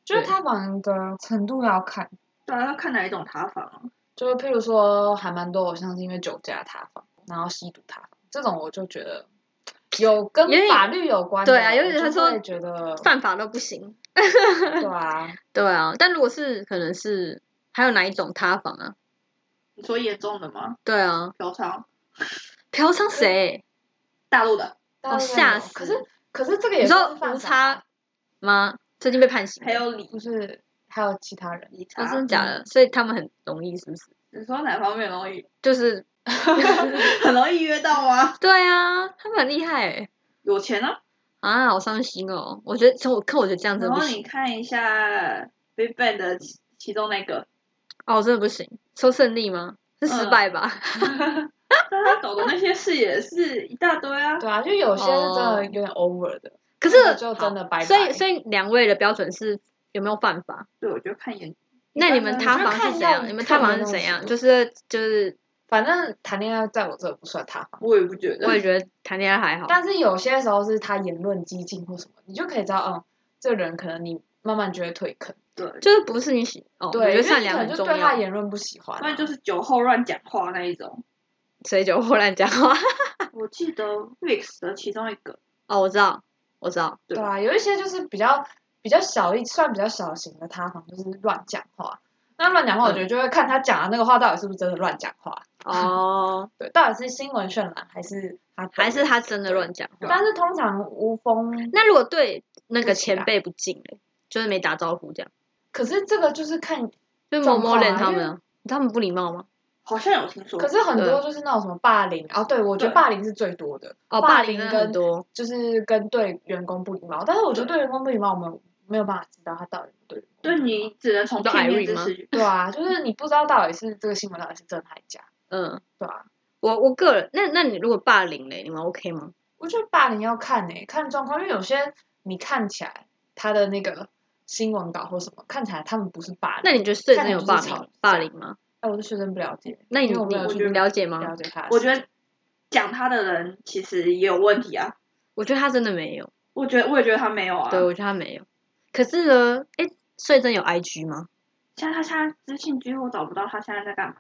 [SPEAKER 4] 就是
[SPEAKER 3] 对
[SPEAKER 4] 塌房的程度要看，
[SPEAKER 5] 对啊，要看哪一种塌房啊。
[SPEAKER 4] 就是譬如说还蛮多偶像是因为酒驾塌房，然后吸毒塌房，这种我就觉得。有跟
[SPEAKER 3] 有点
[SPEAKER 4] 法律有关的，
[SPEAKER 3] 对啊有点
[SPEAKER 4] 我就
[SPEAKER 3] 他说
[SPEAKER 4] 会觉
[SPEAKER 3] *laughs*
[SPEAKER 4] 得
[SPEAKER 3] 犯法都不行。
[SPEAKER 4] 对啊，
[SPEAKER 3] 对啊，但如果是可能是还有哪一种塌房啊？
[SPEAKER 5] 你说严重的吗？
[SPEAKER 3] 对啊，
[SPEAKER 5] 嫖娼，
[SPEAKER 3] 嫖娼谁？
[SPEAKER 5] 大陆的，
[SPEAKER 4] 大家都
[SPEAKER 3] 哦吓
[SPEAKER 4] 有
[SPEAKER 3] 死
[SPEAKER 4] 可是可是这个也
[SPEAKER 3] 你
[SPEAKER 4] 算
[SPEAKER 3] 说
[SPEAKER 4] 是犯
[SPEAKER 3] 无
[SPEAKER 4] 法啊，
[SPEAKER 3] 差吗？最近被判刑了，
[SPEAKER 5] 还有理
[SPEAKER 4] 不是还有其他人，
[SPEAKER 5] 理
[SPEAKER 3] 哦，
[SPEAKER 5] 查，
[SPEAKER 3] 真的假的？所以他们很容易，是不是？
[SPEAKER 5] 你说哪方面容易？ *laughs*
[SPEAKER 3] 就是
[SPEAKER 5] 很容易约到吗？
[SPEAKER 3] 对啊，他们很厉害欸
[SPEAKER 5] 有钱啊。
[SPEAKER 3] 啊，好伤心哦！我觉得从我看，我觉得这样真
[SPEAKER 5] 然
[SPEAKER 3] 的不
[SPEAKER 5] 后
[SPEAKER 3] 行，
[SPEAKER 5] 你看一下 Big Bang 的其其中那个，
[SPEAKER 3] 哦，真的不行。说胜利吗？是失败吧？
[SPEAKER 4] 嗯
[SPEAKER 5] 但他搞的那些事也是一大堆啊。
[SPEAKER 4] 对啊，就有些是真
[SPEAKER 3] 哦
[SPEAKER 4] 的有点 over 的，
[SPEAKER 3] *laughs*
[SPEAKER 4] 那
[SPEAKER 3] 可是
[SPEAKER 4] 个就真的
[SPEAKER 3] 好
[SPEAKER 4] 拜
[SPEAKER 3] 所以
[SPEAKER 4] 拜
[SPEAKER 3] 所以两位的标准是有没有犯法？
[SPEAKER 5] 对，我觉得看严，
[SPEAKER 3] 那你们
[SPEAKER 4] 我
[SPEAKER 3] 塌
[SPEAKER 4] 觉得
[SPEAKER 3] 房
[SPEAKER 4] 看
[SPEAKER 3] 是怎
[SPEAKER 4] 要
[SPEAKER 3] 样？你们
[SPEAKER 4] 看
[SPEAKER 3] 塌
[SPEAKER 4] 有
[SPEAKER 3] 房
[SPEAKER 4] 没
[SPEAKER 3] 是
[SPEAKER 4] 有
[SPEAKER 3] 怎样？
[SPEAKER 4] 什么
[SPEAKER 3] 就是就是，
[SPEAKER 4] 反正谈恋爱在我这不算塌房，
[SPEAKER 5] 我也不觉得。
[SPEAKER 3] 我也觉得谈恋爱还好。
[SPEAKER 4] 但是有些时候是他言论激进或什么，你就可以知道，嗯，这人可能你慢慢就会退坑，
[SPEAKER 5] 对，
[SPEAKER 3] 就是不是你喜哦，我
[SPEAKER 4] 对，
[SPEAKER 3] 觉
[SPEAKER 4] 因为
[SPEAKER 3] 得
[SPEAKER 4] 你
[SPEAKER 3] 善
[SPEAKER 4] 可
[SPEAKER 3] 良
[SPEAKER 4] 能
[SPEAKER 3] 很
[SPEAKER 4] 就
[SPEAKER 3] 重
[SPEAKER 4] 对他的
[SPEAKER 3] 要。
[SPEAKER 4] 言论不喜欢啊、
[SPEAKER 5] 不然就是酒后乱讲话那一种。
[SPEAKER 3] 谁酒后乱讲话？
[SPEAKER 5] 我记得 Mix 的其中一个，
[SPEAKER 3] 哦，我知道，我知道。
[SPEAKER 5] 对
[SPEAKER 4] 对啊，有一些就是比较比较小一算比较小型的塌房，就是乱讲话。那乱讲话，我
[SPEAKER 3] 嗯
[SPEAKER 4] 觉得就会看他讲的那个话到底是不是真的乱讲话，
[SPEAKER 3] 哦，
[SPEAKER 4] 对，到底是新闻渲染还是他啊
[SPEAKER 3] 还是他真的乱讲话？
[SPEAKER 4] 但是通常无风，
[SPEAKER 3] 那如果啊对那
[SPEAKER 4] 不
[SPEAKER 3] 个
[SPEAKER 4] 起来
[SPEAKER 3] 前辈不敬嘞，就是没打招呼这样，
[SPEAKER 4] 可是这个就是看，
[SPEAKER 3] 就摸
[SPEAKER 4] 状
[SPEAKER 3] 摸
[SPEAKER 4] 况啊
[SPEAKER 3] 脸他
[SPEAKER 4] 因为
[SPEAKER 3] 们啊，他们不礼貌吗？
[SPEAKER 5] 好像有听说。
[SPEAKER 4] 可是很多就是那种什么霸凌哦，对我觉得
[SPEAKER 5] 对
[SPEAKER 4] 霸凌是最多的，
[SPEAKER 3] 哦，
[SPEAKER 4] 霸
[SPEAKER 3] 霸
[SPEAKER 4] 凌
[SPEAKER 3] 凌真的
[SPEAKER 4] 跟
[SPEAKER 3] 很多，
[SPEAKER 4] 就是跟对员工不礼貌。但是我觉得
[SPEAKER 5] 对
[SPEAKER 4] 对员工不礼貌，我们没有办法知道他到底对不
[SPEAKER 5] 对
[SPEAKER 4] 对员工不礼貌。
[SPEAKER 5] 你只能从
[SPEAKER 3] 你说
[SPEAKER 5] 片面
[SPEAKER 3] Irene
[SPEAKER 5] 之
[SPEAKER 3] 吗
[SPEAKER 5] 词。
[SPEAKER 4] *laughs* 对啊，就是你不知道到底是这个新闻到底是真还假，
[SPEAKER 3] 嗯，
[SPEAKER 4] 对啊，
[SPEAKER 3] 我我个人，那那你如果霸凌嘞，你们 OK 吗？
[SPEAKER 4] 我觉得霸凌要看诶、看状况，因为有些你看起来他的那个新闻稿或什么，看起来他们不是霸凌。
[SPEAKER 3] 那你觉得穗
[SPEAKER 4] 看
[SPEAKER 3] 珍
[SPEAKER 4] 起来
[SPEAKER 3] 有
[SPEAKER 4] 就是
[SPEAKER 3] 霸
[SPEAKER 4] 吵
[SPEAKER 3] 凌
[SPEAKER 4] 架
[SPEAKER 3] 霸凌吗？
[SPEAKER 4] 哎，我对学生不了解，
[SPEAKER 3] 那你
[SPEAKER 4] 因为我没
[SPEAKER 3] 你
[SPEAKER 4] 有
[SPEAKER 3] 你
[SPEAKER 4] 去
[SPEAKER 3] 了解吗？
[SPEAKER 4] 了解他的事情。
[SPEAKER 5] 我觉得讲他的人其实也有问题啊。
[SPEAKER 3] 我觉得他真的没有，
[SPEAKER 5] 我觉得我也觉得他没有啊。
[SPEAKER 3] 对我觉得他没有。可是呢，哎，穗珍有 IG 吗？
[SPEAKER 5] 像他现在知信居，我找不到他现在在干嘛。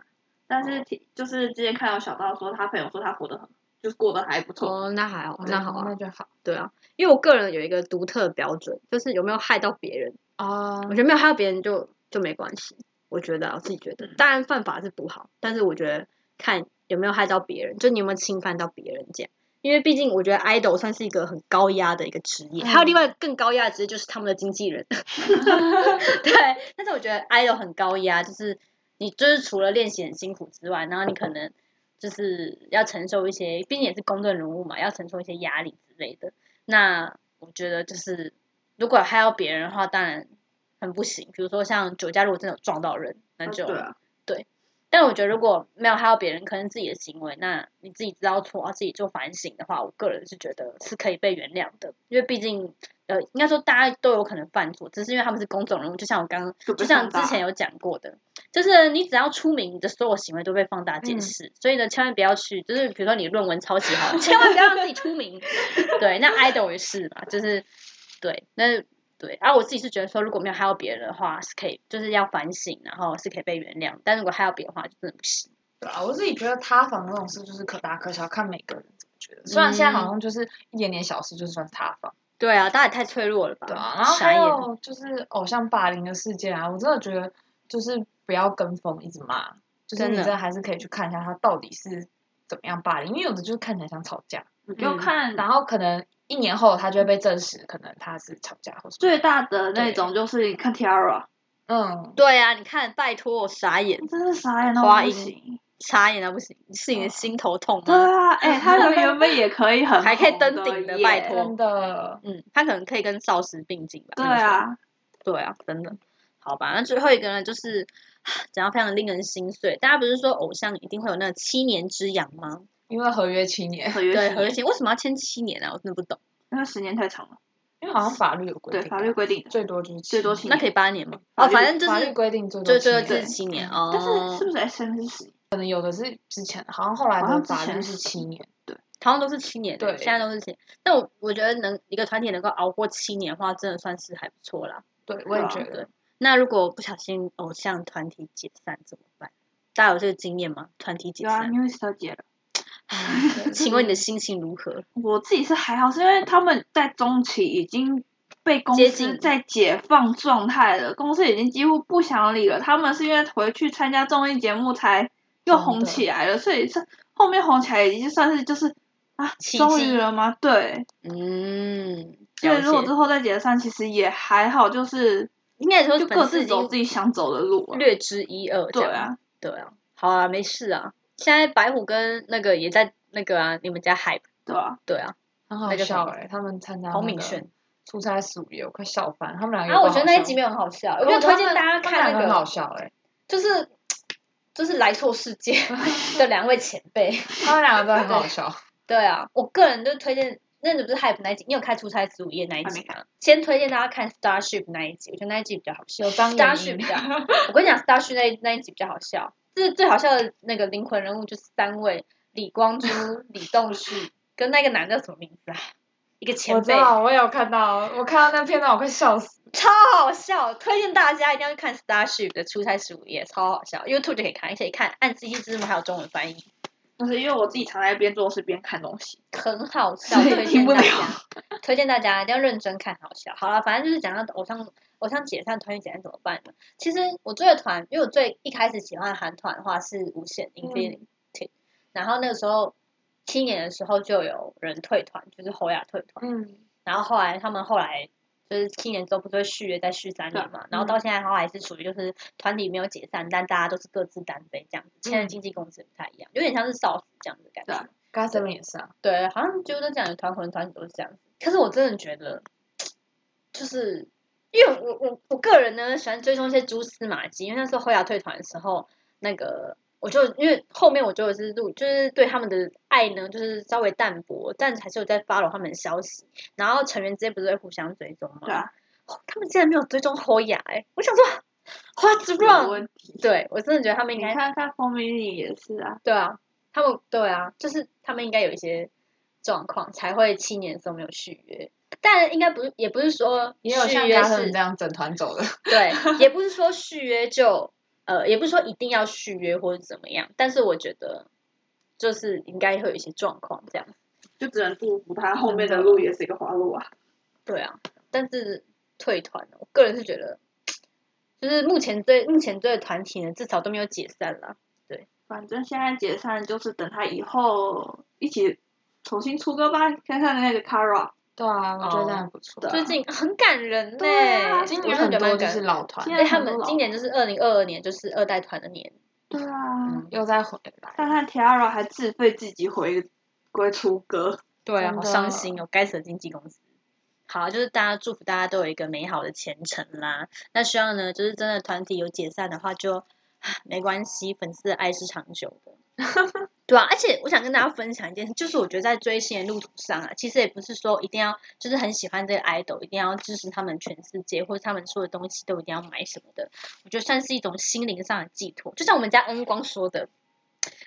[SPEAKER 5] 但是
[SPEAKER 3] 哦
[SPEAKER 5] 挺就是之前看到小道说，他朋友说他活得很，就是过得还不错。
[SPEAKER 3] 哦，那还好，
[SPEAKER 4] 哦
[SPEAKER 3] 那好
[SPEAKER 4] 那
[SPEAKER 3] 啊，
[SPEAKER 4] 就好
[SPEAKER 3] 对啊，因为我个人有一个独特的标准，就是有没有害到别人。
[SPEAKER 4] 啊。
[SPEAKER 3] 我觉得没有害到别人就就没关系，我觉得啊我自己觉得，当然犯法是不好，但是我觉得看有没有害到别人，就你有没有侵犯到别人这样。因为毕竟我觉得 idol 算是一个很高压的一个职业，还有另外更高压的职业就是他们的经纪人。对，但是我觉得 idol 很高压，就是你就是除了练习很辛苦之外，然后你可能就是要承受一些，毕竟也是公众人物嘛，要承受一些压力之类的。那我觉得就是如果害到别人的话，当然很不行。比如说像酒驾，如果真的有撞到人，那就、
[SPEAKER 5] 对啊，
[SPEAKER 3] 但我觉得如果没有害到别人，可能自己的行为，那你自己知道错，啊自己做反省的话，我个人是觉得是可以被原谅的，因为毕竟呃，应该说大家都有可能犯错，只是因为他们是公众人物，就像我刚刚，
[SPEAKER 5] 就被
[SPEAKER 3] 就像
[SPEAKER 5] 放大
[SPEAKER 3] 之前有讲过的，就是你只要出名，你的所有行为都被放大解释，所以呢，千万不要去，就是比如说你论文抄袭好了，千万不要让自己出 *laughs* 名，对，那 idol 也是嘛，就是对，那对，啊然、后我自己是觉得说，如果没有害到别人的话，是可以，就是要反省，然后是可以被原谅。但如果害到别人的话，就真的不行。
[SPEAKER 4] 对啊，我自己觉得塌房这种事就是可大可小，看每个人怎么觉得。
[SPEAKER 3] 嗯
[SPEAKER 4] 虽然现在好像就是一点点小事就算塌房，
[SPEAKER 3] 对啊，大家也太脆弱了吧？
[SPEAKER 4] 对啊。然后
[SPEAKER 3] 傻
[SPEAKER 4] 还
[SPEAKER 3] 眼。
[SPEAKER 4] 有就是偶像霸凌的事件啊，我真的觉得就是不要跟风一直骂，就是
[SPEAKER 3] 真
[SPEAKER 4] 你
[SPEAKER 3] 的
[SPEAKER 4] 真的还是可以去看一下他到底是怎么样霸凌，因为有的就是看起来像吵架，
[SPEAKER 5] 你就看
[SPEAKER 4] 然后可能一年后他就会被证实，可能他是吵架或什么。
[SPEAKER 5] 最大的那种就是你看 Tiara，
[SPEAKER 4] 嗯，
[SPEAKER 3] 对啊，你看，拜托我傻眼，
[SPEAKER 5] 真是傻眼到
[SPEAKER 3] 花
[SPEAKER 5] 不
[SPEAKER 3] 音
[SPEAKER 5] 行。
[SPEAKER 3] 傻眼到不行，是你的心头痛
[SPEAKER 5] 对
[SPEAKER 3] 吗？ *laughs*
[SPEAKER 5] 啊，哎、他人原本也可以很
[SPEAKER 3] 还可以登
[SPEAKER 5] 红
[SPEAKER 3] 顶的
[SPEAKER 5] 耶
[SPEAKER 3] 拜托
[SPEAKER 4] 真的。
[SPEAKER 3] 嗯，他可能可以跟少时并进吧。
[SPEAKER 5] 对
[SPEAKER 3] 这么说，
[SPEAKER 5] 啊，
[SPEAKER 3] 对啊，真的。好吧，那最后一个呢，就是讲到非常令人心碎。大家不是说偶像一定会有那个七年之痒吗？
[SPEAKER 4] 因为合约七年，
[SPEAKER 5] 合约
[SPEAKER 3] 对，
[SPEAKER 5] 十
[SPEAKER 3] 合约
[SPEAKER 5] 年
[SPEAKER 3] 期为什么要签七年啊？我真的不懂。
[SPEAKER 5] 因为十年太长了，
[SPEAKER 4] 因为好像法律有规
[SPEAKER 5] 对
[SPEAKER 4] 定，啊
[SPEAKER 5] 法律规定的，
[SPEAKER 4] 最多就是七
[SPEAKER 5] 最多
[SPEAKER 4] 年
[SPEAKER 5] 七
[SPEAKER 3] 那
[SPEAKER 5] 年
[SPEAKER 3] 可以八年吗？
[SPEAKER 5] 法
[SPEAKER 3] 哦，
[SPEAKER 5] 律
[SPEAKER 3] 反正就
[SPEAKER 4] 嗯法律
[SPEAKER 3] 是
[SPEAKER 4] 规定最
[SPEAKER 3] 最
[SPEAKER 4] 多
[SPEAKER 3] 最
[SPEAKER 4] 七
[SPEAKER 3] 就是
[SPEAKER 4] 年，嗯
[SPEAKER 3] 七年
[SPEAKER 5] 但是
[SPEAKER 3] 哦
[SPEAKER 5] 是，不是 S N 是十年？
[SPEAKER 4] 可能有的是之前，好像后来
[SPEAKER 5] 好像
[SPEAKER 4] 的
[SPEAKER 5] 之
[SPEAKER 4] 法律
[SPEAKER 5] 前
[SPEAKER 4] 是
[SPEAKER 5] 是
[SPEAKER 4] 七年，
[SPEAKER 3] 好像都是七年，
[SPEAKER 4] 对
[SPEAKER 3] 现在都是七年。但我我觉得能一个团体能够熬过七年的话，真的算是还不错啦。
[SPEAKER 4] 对，我也
[SPEAKER 5] 啊
[SPEAKER 4] 觉
[SPEAKER 3] 对
[SPEAKER 4] 得，
[SPEAKER 3] 那如果不小心偶像团体解散怎么办？大家有这个经验吗？团体解
[SPEAKER 5] 有啊，
[SPEAKER 3] 散，
[SPEAKER 5] 因为小姐了。
[SPEAKER 3] *laughs* 请问你的心情如何？
[SPEAKER 5] 我自己是还好，是因为他们在中期已经被公
[SPEAKER 3] 接
[SPEAKER 5] 司
[SPEAKER 3] 近
[SPEAKER 5] 在解放状态了，公司已经几乎不想理了。他们是因为回去参加综艺节目才又红起来了，所以是后面红起来已经算是就是啊，
[SPEAKER 3] 奇迹
[SPEAKER 5] 终于了吗？对，
[SPEAKER 3] 嗯，
[SPEAKER 5] 所以
[SPEAKER 3] 了
[SPEAKER 5] 如果之
[SPEAKER 3] 解。
[SPEAKER 5] 后再解散，其实也还好，就是
[SPEAKER 3] 应该说
[SPEAKER 5] 就
[SPEAKER 3] 粉
[SPEAKER 5] 各
[SPEAKER 3] 丝已
[SPEAKER 5] 自走自
[SPEAKER 3] 经
[SPEAKER 5] 己想走的路啊。
[SPEAKER 3] 略知一二，这
[SPEAKER 5] 对
[SPEAKER 3] 样
[SPEAKER 5] 啊，
[SPEAKER 3] 对啊，好啊，没事啊。现在白虎跟那个也在那个啊，你们家 hype，
[SPEAKER 5] 对啊，
[SPEAKER 3] 对啊，
[SPEAKER 4] 很好
[SPEAKER 3] 那个
[SPEAKER 4] 笑
[SPEAKER 3] 谁
[SPEAKER 4] 哎、他们参加
[SPEAKER 3] 黄
[SPEAKER 4] 那
[SPEAKER 3] 敏
[SPEAKER 4] 个
[SPEAKER 3] 炫。
[SPEAKER 4] 出差鼠也我快笑翻，他们两个
[SPEAKER 3] 然
[SPEAKER 4] 有
[SPEAKER 3] 后啊我
[SPEAKER 4] 多
[SPEAKER 3] 觉
[SPEAKER 4] 啊好
[SPEAKER 3] 得那一
[SPEAKER 4] 笑
[SPEAKER 3] 集没有很好笑，
[SPEAKER 4] 可
[SPEAKER 3] 我觉得
[SPEAKER 4] 他
[SPEAKER 3] 推荐
[SPEAKER 4] 们
[SPEAKER 3] 大家
[SPEAKER 4] 他们
[SPEAKER 3] 看
[SPEAKER 4] 两
[SPEAKER 3] 那
[SPEAKER 4] 很好
[SPEAKER 3] 个，
[SPEAKER 4] 笑哎、
[SPEAKER 3] 就是就是来错世界的两位前辈。
[SPEAKER 4] 他们两个都很好笑，
[SPEAKER 3] *laughs* 对啊，我个人就推荐，那你不是 hype 那一集，你有看《出差十五夜》那一集吗？先推荐大家看 Starship 那一集，我觉得那一集比较好笑。
[SPEAKER 4] 有张元
[SPEAKER 3] Starship
[SPEAKER 4] 英 *laughs*
[SPEAKER 3] 比，较，我跟你讲，Starship 那一那一集比较好笑。这最好笑的那个灵魂人物就是三位：李光洙、
[SPEAKER 4] *laughs*
[SPEAKER 3] 李栋旭跟那个男的叫什么名字啊？一个
[SPEAKER 4] 我
[SPEAKER 3] 前
[SPEAKER 4] 知
[SPEAKER 3] 辈，
[SPEAKER 4] 道，我有看到，我看到那片段我快笑死，
[SPEAKER 3] 超好笑，推荐大家一定要去看 Starship 的《出差十五夜》，超好笑，YouTube 就可以看，而且看按 C C 字幕还有中文翻译，
[SPEAKER 5] 就是因为我自己常在边做事边看东西。
[SPEAKER 3] 很好笑，
[SPEAKER 5] 所以
[SPEAKER 3] 推荐
[SPEAKER 5] 听不
[SPEAKER 3] 大
[SPEAKER 5] 了
[SPEAKER 3] 家， *laughs* 推荐大家一定要认真看，好笑。好了，反正就是讲到偶像偶像解散，团体解散怎么办呢？其实我追的团，因为我最一开始喜欢的韩团的话是无限
[SPEAKER 5] 嗯
[SPEAKER 3] Infinity，、然后那个时候七年的时候就有人退团，就是侯雅退团。
[SPEAKER 4] 嗯，
[SPEAKER 3] 然后后来他们后来就是七年之后不是会续约再续三年
[SPEAKER 5] 啊
[SPEAKER 3] 嘛，然后
[SPEAKER 5] 嗯
[SPEAKER 3] 到现在后来是属于就是团体没有解散，但大家都是各自单飞这样子，签的
[SPEAKER 4] 嗯
[SPEAKER 3] 经纪公司也不太一样，有点像是少妇这样子的
[SPEAKER 5] 啊
[SPEAKER 3] 感觉。
[SPEAKER 4] 刚才 seven 也是啊，
[SPEAKER 3] 对，好像觉得这样的团魂团体都是这样子。可是我真的觉得，就是因为我我我个人呢喜欢追踪一些蛛丝马迹，因为那时候侯雅退团的时候，那个我就因为后面我就是录，就是对他们的爱呢，就是稍微淡薄，但还是有在 follow 他们的消息。然后成员之间不是会互相追踪吗？
[SPEAKER 5] 对啊
[SPEAKER 3] 哦他们竟然没有追踪侯雅哎！我想说，What's
[SPEAKER 5] 有
[SPEAKER 3] wrong？
[SPEAKER 5] 问题。
[SPEAKER 3] 对我真的觉得他们应
[SPEAKER 5] 你
[SPEAKER 3] 该
[SPEAKER 5] 看看蜂蜜里也是啊，
[SPEAKER 3] 对啊，他们对啊，就是他们应该有一些状况才会七年的时候没有续约，但应该不是，也不是说
[SPEAKER 4] 也有
[SPEAKER 3] 续
[SPEAKER 4] 像
[SPEAKER 3] 约
[SPEAKER 4] 他
[SPEAKER 3] 是
[SPEAKER 4] 们这样整团
[SPEAKER 3] *laughs*
[SPEAKER 4] 走的，
[SPEAKER 3] 对，也不是说续约就呃，也不是说一定要续约或者怎么样，但是我觉得就是应该会有一些状况这样。
[SPEAKER 5] 就只能祝福他后面的路也是一个花路啊。
[SPEAKER 3] 对啊，但是退团，我个人是觉得，就是目前这目前这个团体呢，至少都没有解散啦。
[SPEAKER 5] 反正现在解散就是等他以后一起重新出歌吧，看看那个 Kara。
[SPEAKER 4] 对啊，我觉得这
[SPEAKER 3] 哦
[SPEAKER 4] 样还不错。
[SPEAKER 3] 最近很感人呢、
[SPEAKER 5] 对啊
[SPEAKER 3] 我
[SPEAKER 4] 今
[SPEAKER 3] 真
[SPEAKER 4] 年
[SPEAKER 3] 的
[SPEAKER 4] 很
[SPEAKER 3] 觉得
[SPEAKER 4] 多
[SPEAKER 3] 蛮
[SPEAKER 4] 就
[SPEAKER 3] 感
[SPEAKER 4] 是
[SPEAKER 3] 人。
[SPEAKER 4] 老团
[SPEAKER 5] 现
[SPEAKER 3] 因
[SPEAKER 5] 在
[SPEAKER 3] 为他
[SPEAKER 5] 很多
[SPEAKER 3] 们
[SPEAKER 5] 老
[SPEAKER 3] 今年就是二零二二年，就是二代团的年。
[SPEAKER 5] 对啊，
[SPEAKER 3] 嗯，
[SPEAKER 4] 又再回来，
[SPEAKER 5] 看看 Tiara 还自费自己回归出歌，
[SPEAKER 3] 对啊，
[SPEAKER 4] 真
[SPEAKER 3] 好
[SPEAKER 4] 的
[SPEAKER 3] 伤心哦，该死的经纪公司。好，就是大家祝福大家都有一个美好的前程啦。那希望呢，就是真的团体有解散的话就，唉没关系，粉丝的爱是长久的。对啊，而且我想跟大家分享一件事，就是我觉得在追星的路途上啊，其实也不是说一定要就是很喜欢这个 idol，一定要支持他们全世界，或者他们说的东西都一定要买什么的。我觉得算是一种心灵上的寄托，就像我们家恩光说的，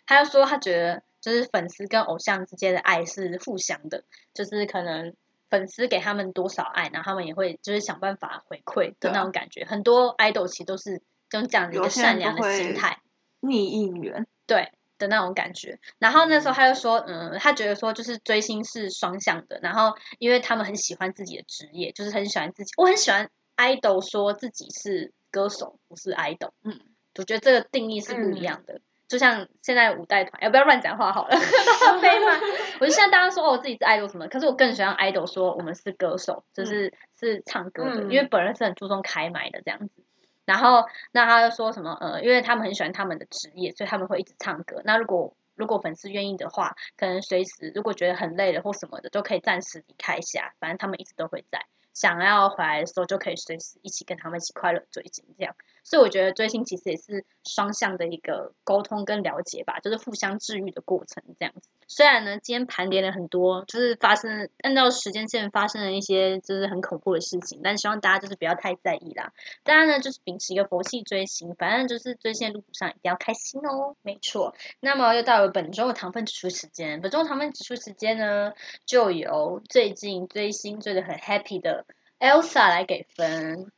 [SPEAKER 3] 他就说他觉得就是粉丝跟偶像之间的爱是互相的，就是可能粉丝给他们多少爱，然后他们也会就是想办法回馈的
[SPEAKER 5] 对啊
[SPEAKER 3] 那种感觉。很多 idol 其实都是用这样的一个
[SPEAKER 5] 有些人
[SPEAKER 3] 善良
[SPEAKER 5] 都
[SPEAKER 3] 的
[SPEAKER 5] 会
[SPEAKER 3] 心态。
[SPEAKER 5] 逆应援。
[SPEAKER 3] 对的那种感觉。然后那时候他就说，嗯，他觉得说就是追星是双向的，然后因为他们很喜欢自己的职业，就是很喜欢自己，我很喜欢 idol 说自己是歌手，不是 idol。
[SPEAKER 5] 嗯，
[SPEAKER 3] 我觉得这个定义是不一
[SPEAKER 4] 嗯
[SPEAKER 3] 样的。就像现在五代团，要、不要乱讲话好了，大飞嘛。我就现在大家说哦，我自己是 idol 什么的，可是我更喜欢 idol 说我们是歌手，就是、是唱歌的，
[SPEAKER 4] 嗯
[SPEAKER 3] 因为本人是很注重开麦的这样子。然后那他就说什么呃，因为他们很喜欢他们的职业，所以他们会一直唱歌。那如果如果粉丝愿意的话，可能随时如果觉得很累了或什么的，都可以暂时离开一下，反正他们一直都会在。想要回来的时候，就可以随时一起跟他们一起快乐追星这样。所以我觉得追星其实也是双向的一个沟通跟了解吧，就是互相治愈的过程这样子。虽然呢，今天盘点了很多，就是发生按照时间线发生了一些就是很恐怖的事情，但希望大家就是不要太在意啦。大家呢就是秉持一个佛系追星，反正就是追星的路途上一定要开心哦。没错，那么又到了本周的糖分指数时间，本周的糖分指数时间呢，就由最近追星追的很 happy 的 Elsa 来给分。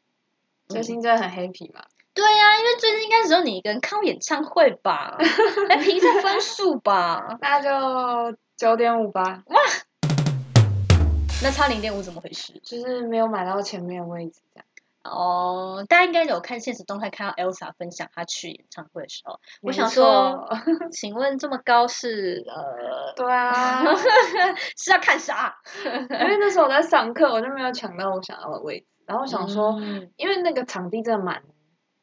[SPEAKER 4] 最近真的很 happy 嘛。
[SPEAKER 3] 对呀、因为最近应该只有你一个人看过演唱会吧？来评一下分数吧。 *laughs*
[SPEAKER 4] 那就九点五吧，
[SPEAKER 3] 那差零点五怎么回事？
[SPEAKER 4] 就是没有买到前面的位置这样。
[SPEAKER 3] 哦，大家应该有看现实动态，看到 Elsa 分享她去演唱会的时候，我
[SPEAKER 4] 没
[SPEAKER 3] 想说， *laughs*
[SPEAKER 4] 错，
[SPEAKER 3] 请问这么高是呃
[SPEAKER 4] 对
[SPEAKER 3] *laughs*
[SPEAKER 4] 啊，
[SPEAKER 3] 是要看啥？ *laughs*
[SPEAKER 4] 因为那时候我在上课，我就没有抢到我想要的位置。然后我
[SPEAKER 3] 我
[SPEAKER 4] 想说，
[SPEAKER 3] 嗯
[SPEAKER 4] 因为那个场地真的蛮，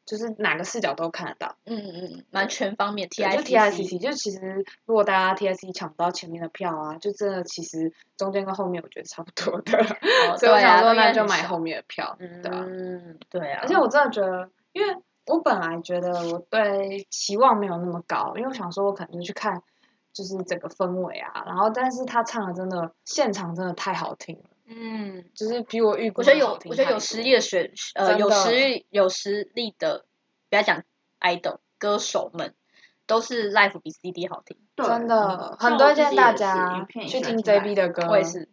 [SPEAKER 4] 就是哪个视角都看得到。
[SPEAKER 3] 嗯嗯，蛮全方面
[SPEAKER 4] 对
[SPEAKER 3] T I
[SPEAKER 4] 就 TICC，就其实如果大家 TICC 抢不到前面的票啊，就真的其实中间跟后面我觉得差不多
[SPEAKER 3] *laughs*
[SPEAKER 4] 的，所以我
[SPEAKER 3] 对
[SPEAKER 4] 想
[SPEAKER 3] 啊，
[SPEAKER 4] 说
[SPEAKER 3] 都应
[SPEAKER 4] 那
[SPEAKER 3] 该
[SPEAKER 4] 就
[SPEAKER 3] 很
[SPEAKER 4] 买
[SPEAKER 3] 少
[SPEAKER 4] 后面的票，对啊。
[SPEAKER 3] 嗯，对啊，
[SPEAKER 4] 而且我真的觉得，因为我本来觉得我对期望没有那么高，因为我想说我可能就去看就是整个氛围啊，然后但是他唱的真的现场真的太好听了，
[SPEAKER 3] 嗯，
[SPEAKER 4] 就是比我预估
[SPEAKER 3] 我觉得
[SPEAKER 4] 的
[SPEAKER 3] 有
[SPEAKER 4] 好听
[SPEAKER 3] 我觉得
[SPEAKER 4] 太
[SPEAKER 3] 有
[SPEAKER 4] 多
[SPEAKER 3] 实力的选呃
[SPEAKER 4] 真
[SPEAKER 3] 有
[SPEAKER 4] 的
[SPEAKER 3] 实力有实力的，不要讲 idol 歌手们，都是 l i f e 比 CD 好听。
[SPEAKER 5] 对，
[SPEAKER 4] 真的
[SPEAKER 5] 像
[SPEAKER 4] 很
[SPEAKER 5] 我
[SPEAKER 4] 推
[SPEAKER 5] 自己
[SPEAKER 4] 荐大
[SPEAKER 5] 也是
[SPEAKER 4] 家
[SPEAKER 5] 影片也
[SPEAKER 4] 去
[SPEAKER 5] 喜欢
[SPEAKER 4] 听
[SPEAKER 5] 听
[SPEAKER 4] JB 的歌，
[SPEAKER 3] 我也是，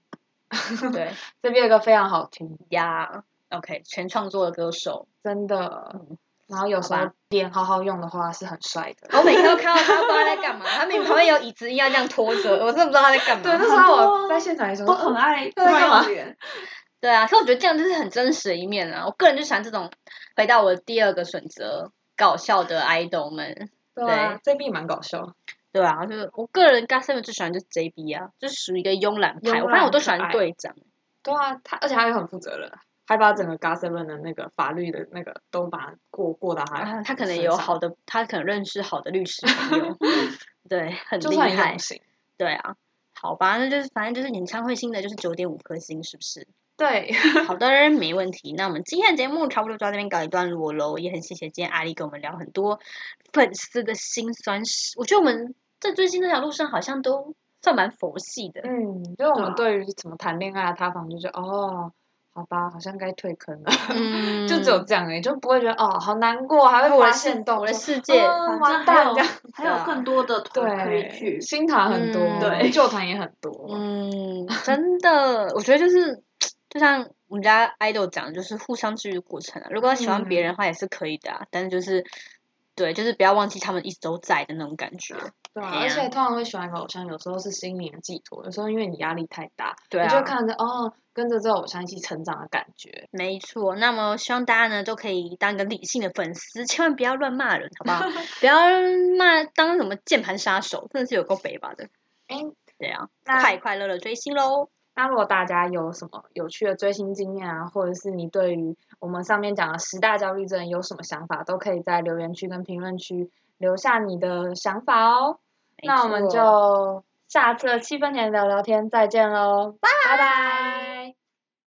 [SPEAKER 4] *laughs*
[SPEAKER 3] 对
[SPEAKER 4] ，JB 的歌非常好听，
[SPEAKER 3] 呀，OK，全创作的歌手，
[SPEAKER 4] 真的
[SPEAKER 3] 嗯。
[SPEAKER 4] 然后有时
[SPEAKER 3] 好
[SPEAKER 4] 候
[SPEAKER 3] 吧
[SPEAKER 4] 脸好好用的话是很帅的。
[SPEAKER 3] 我每天都看到他不知道在干嘛，他明明旁边有椅子硬要这样拖着， *laughs* 我真的不知道他在干
[SPEAKER 4] *laughs*
[SPEAKER 3] 嘛。
[SPEAKER 4] 对，那时
[SPEAKER 5] 很
[SPEAKER 4] 候
[SPEAKER 5] 多
[SPEAKER 4] 我在现场也说，
[SPEAKER 5] 都很
[SPEAKER 4] 哦
[SPEAKER 5] 爱
[SPEAKER 4] 在干嘛
[SPEAKER 5] 乱用脸。
[SPEAKER 3] 对啊，可我觉得这样就是很真实的一面啊。我个人就喜欢这种，回到我的第二个选择，搞笑的 idol 们。
[SPEAKER 4] 对啊，JB 蛮搞笑，
[SPEAKER 3] 对啊，就是我个人 g a s m 最喜欢就是 JB 啊，就是属于一个慵懒
[SPEAKER 4] 慵
[SPEAKER 3] 派。
[SPEAKER 4] 懒
[SPEAKER 3] 我发现我都喜
[SPEAKER 4] 可
[SPEAKER 3] 欢
[SPEAKER 4] 爱
[SPEAKER 3] 队长，
[SPEAKER 4] 对啊，他而且他又很负责任，还把整个 g a s e v e n 的那个法律的那个都把它过过到他，
[SPEAKER 3] 啊他可能也有好，的，他可能认识好的律师朋友，对，很
[SPEAKER 4] 就
[SPEAKER 3] 厉
[SPEAKER 4] 是很
[SPEAKER 3] *laughs* 害
[SPEAKER 4] 用。心。
[SPEAKER 3] 对啊，好吧，那就是反正就是演唱会新的就是九点五颗星，是不是？
[SPEAKER 4] 对，
[SPEAKER 3] 好的，没问题。那我们今天的节目差不多就到这边告一段落喽，也很谢谢今天阿丽跟我们聊很多粉丝的辛酸史。我觉得我们在追星这条路上好像都算蛮佛系的，
[SPEAKER 4] *laughs* 嗯， *laughs* 就是我
[SPEAKER 5] 对啊
[SPEAKER 4] 们对于怎么谈恋爱啊、塌房，就是哦，好吧，好像该退坑了，
[SPEAKER 3] *laughs*
[SPEAKER 4] *laughs*
[SPEAKER 3] 嗯
[SPEAKER 4] 就只有这样而已，就不会觉得哦，好难过，还会
[SPEAKER 3] 我
[SPEAKER 4] 发
[SPEAKER 3] 的世
[SPEAKER 4] 现动
[SPEAKER 3] 我的
[SPEAKER 4] 作
[SPEAKER 3] 世界。
[SPEAKER 4] 嗯
[SPEAKER 5] 反
[SPEAKER 4] 完
[SPEAKER 5] 正还
[SPEAKER 4] 蛋
[SPEAKER 5] 有
[SPEAKER 4] 这样，
[SPEAKER 5] 还有更多的团可以去
[SPEAKER 4] 对，。新团很多，
[SPEAKER 3] 嗯
[SPEAKER 5] 对
[SPEAKER 4] *laughs* 旧团也很多，
[SPEAKER 3] 嗯，真的，我觉得就是，就像我们家 idol 讲的，就是互相治愈的过程啊。如果他喜欢别人的话，也是可以的啊。但是就是，对，就是不要忘记他们一直都在的那种感觉。
[SPEAKER 4] 对啊，
[SPEAKER 3] 哎呀
[SPEAKER 4] 而且通常会喜欢一个偶像，有时候是心灵的寄托，有时候因为你压力太大，
[SPEAKER 3] 对
[SPEAKER 4] 你就
[SPEAKER 3] 啊，
[SPEAKER 4] 看着哦，跟着这个偶像一起成长的感觉，
[SPEAKER 3] 没错。那么希望大家呢都可以当一个理性的粉丝，千万不要乱骂人，好
[SPEAKER 4] *laughs*
[SPEAKER 3] 不好？不要骂当什么键盘杀手，真的是有够北吧的。
[SPEAKER 4] 哎、
[SPEAKER 3] 对啊，
[SPEAKER 4] 那
[SPEAKER 3] 快快乐乐追星喽！
[SPEAKER 4] 那如果大家有什么有趣的追星经验啊，或者是你对于我们上面讲的十大焦虑症有什么想法，都可以在留言区跟评论区留下你的想法哦。
[SPEAKER 3] 没
[SPEAKER 4] 那我们
[SPEAKER 3] 错
[SPEAKER 4] 就下次的七分年聊聊天再见喽，拜拜。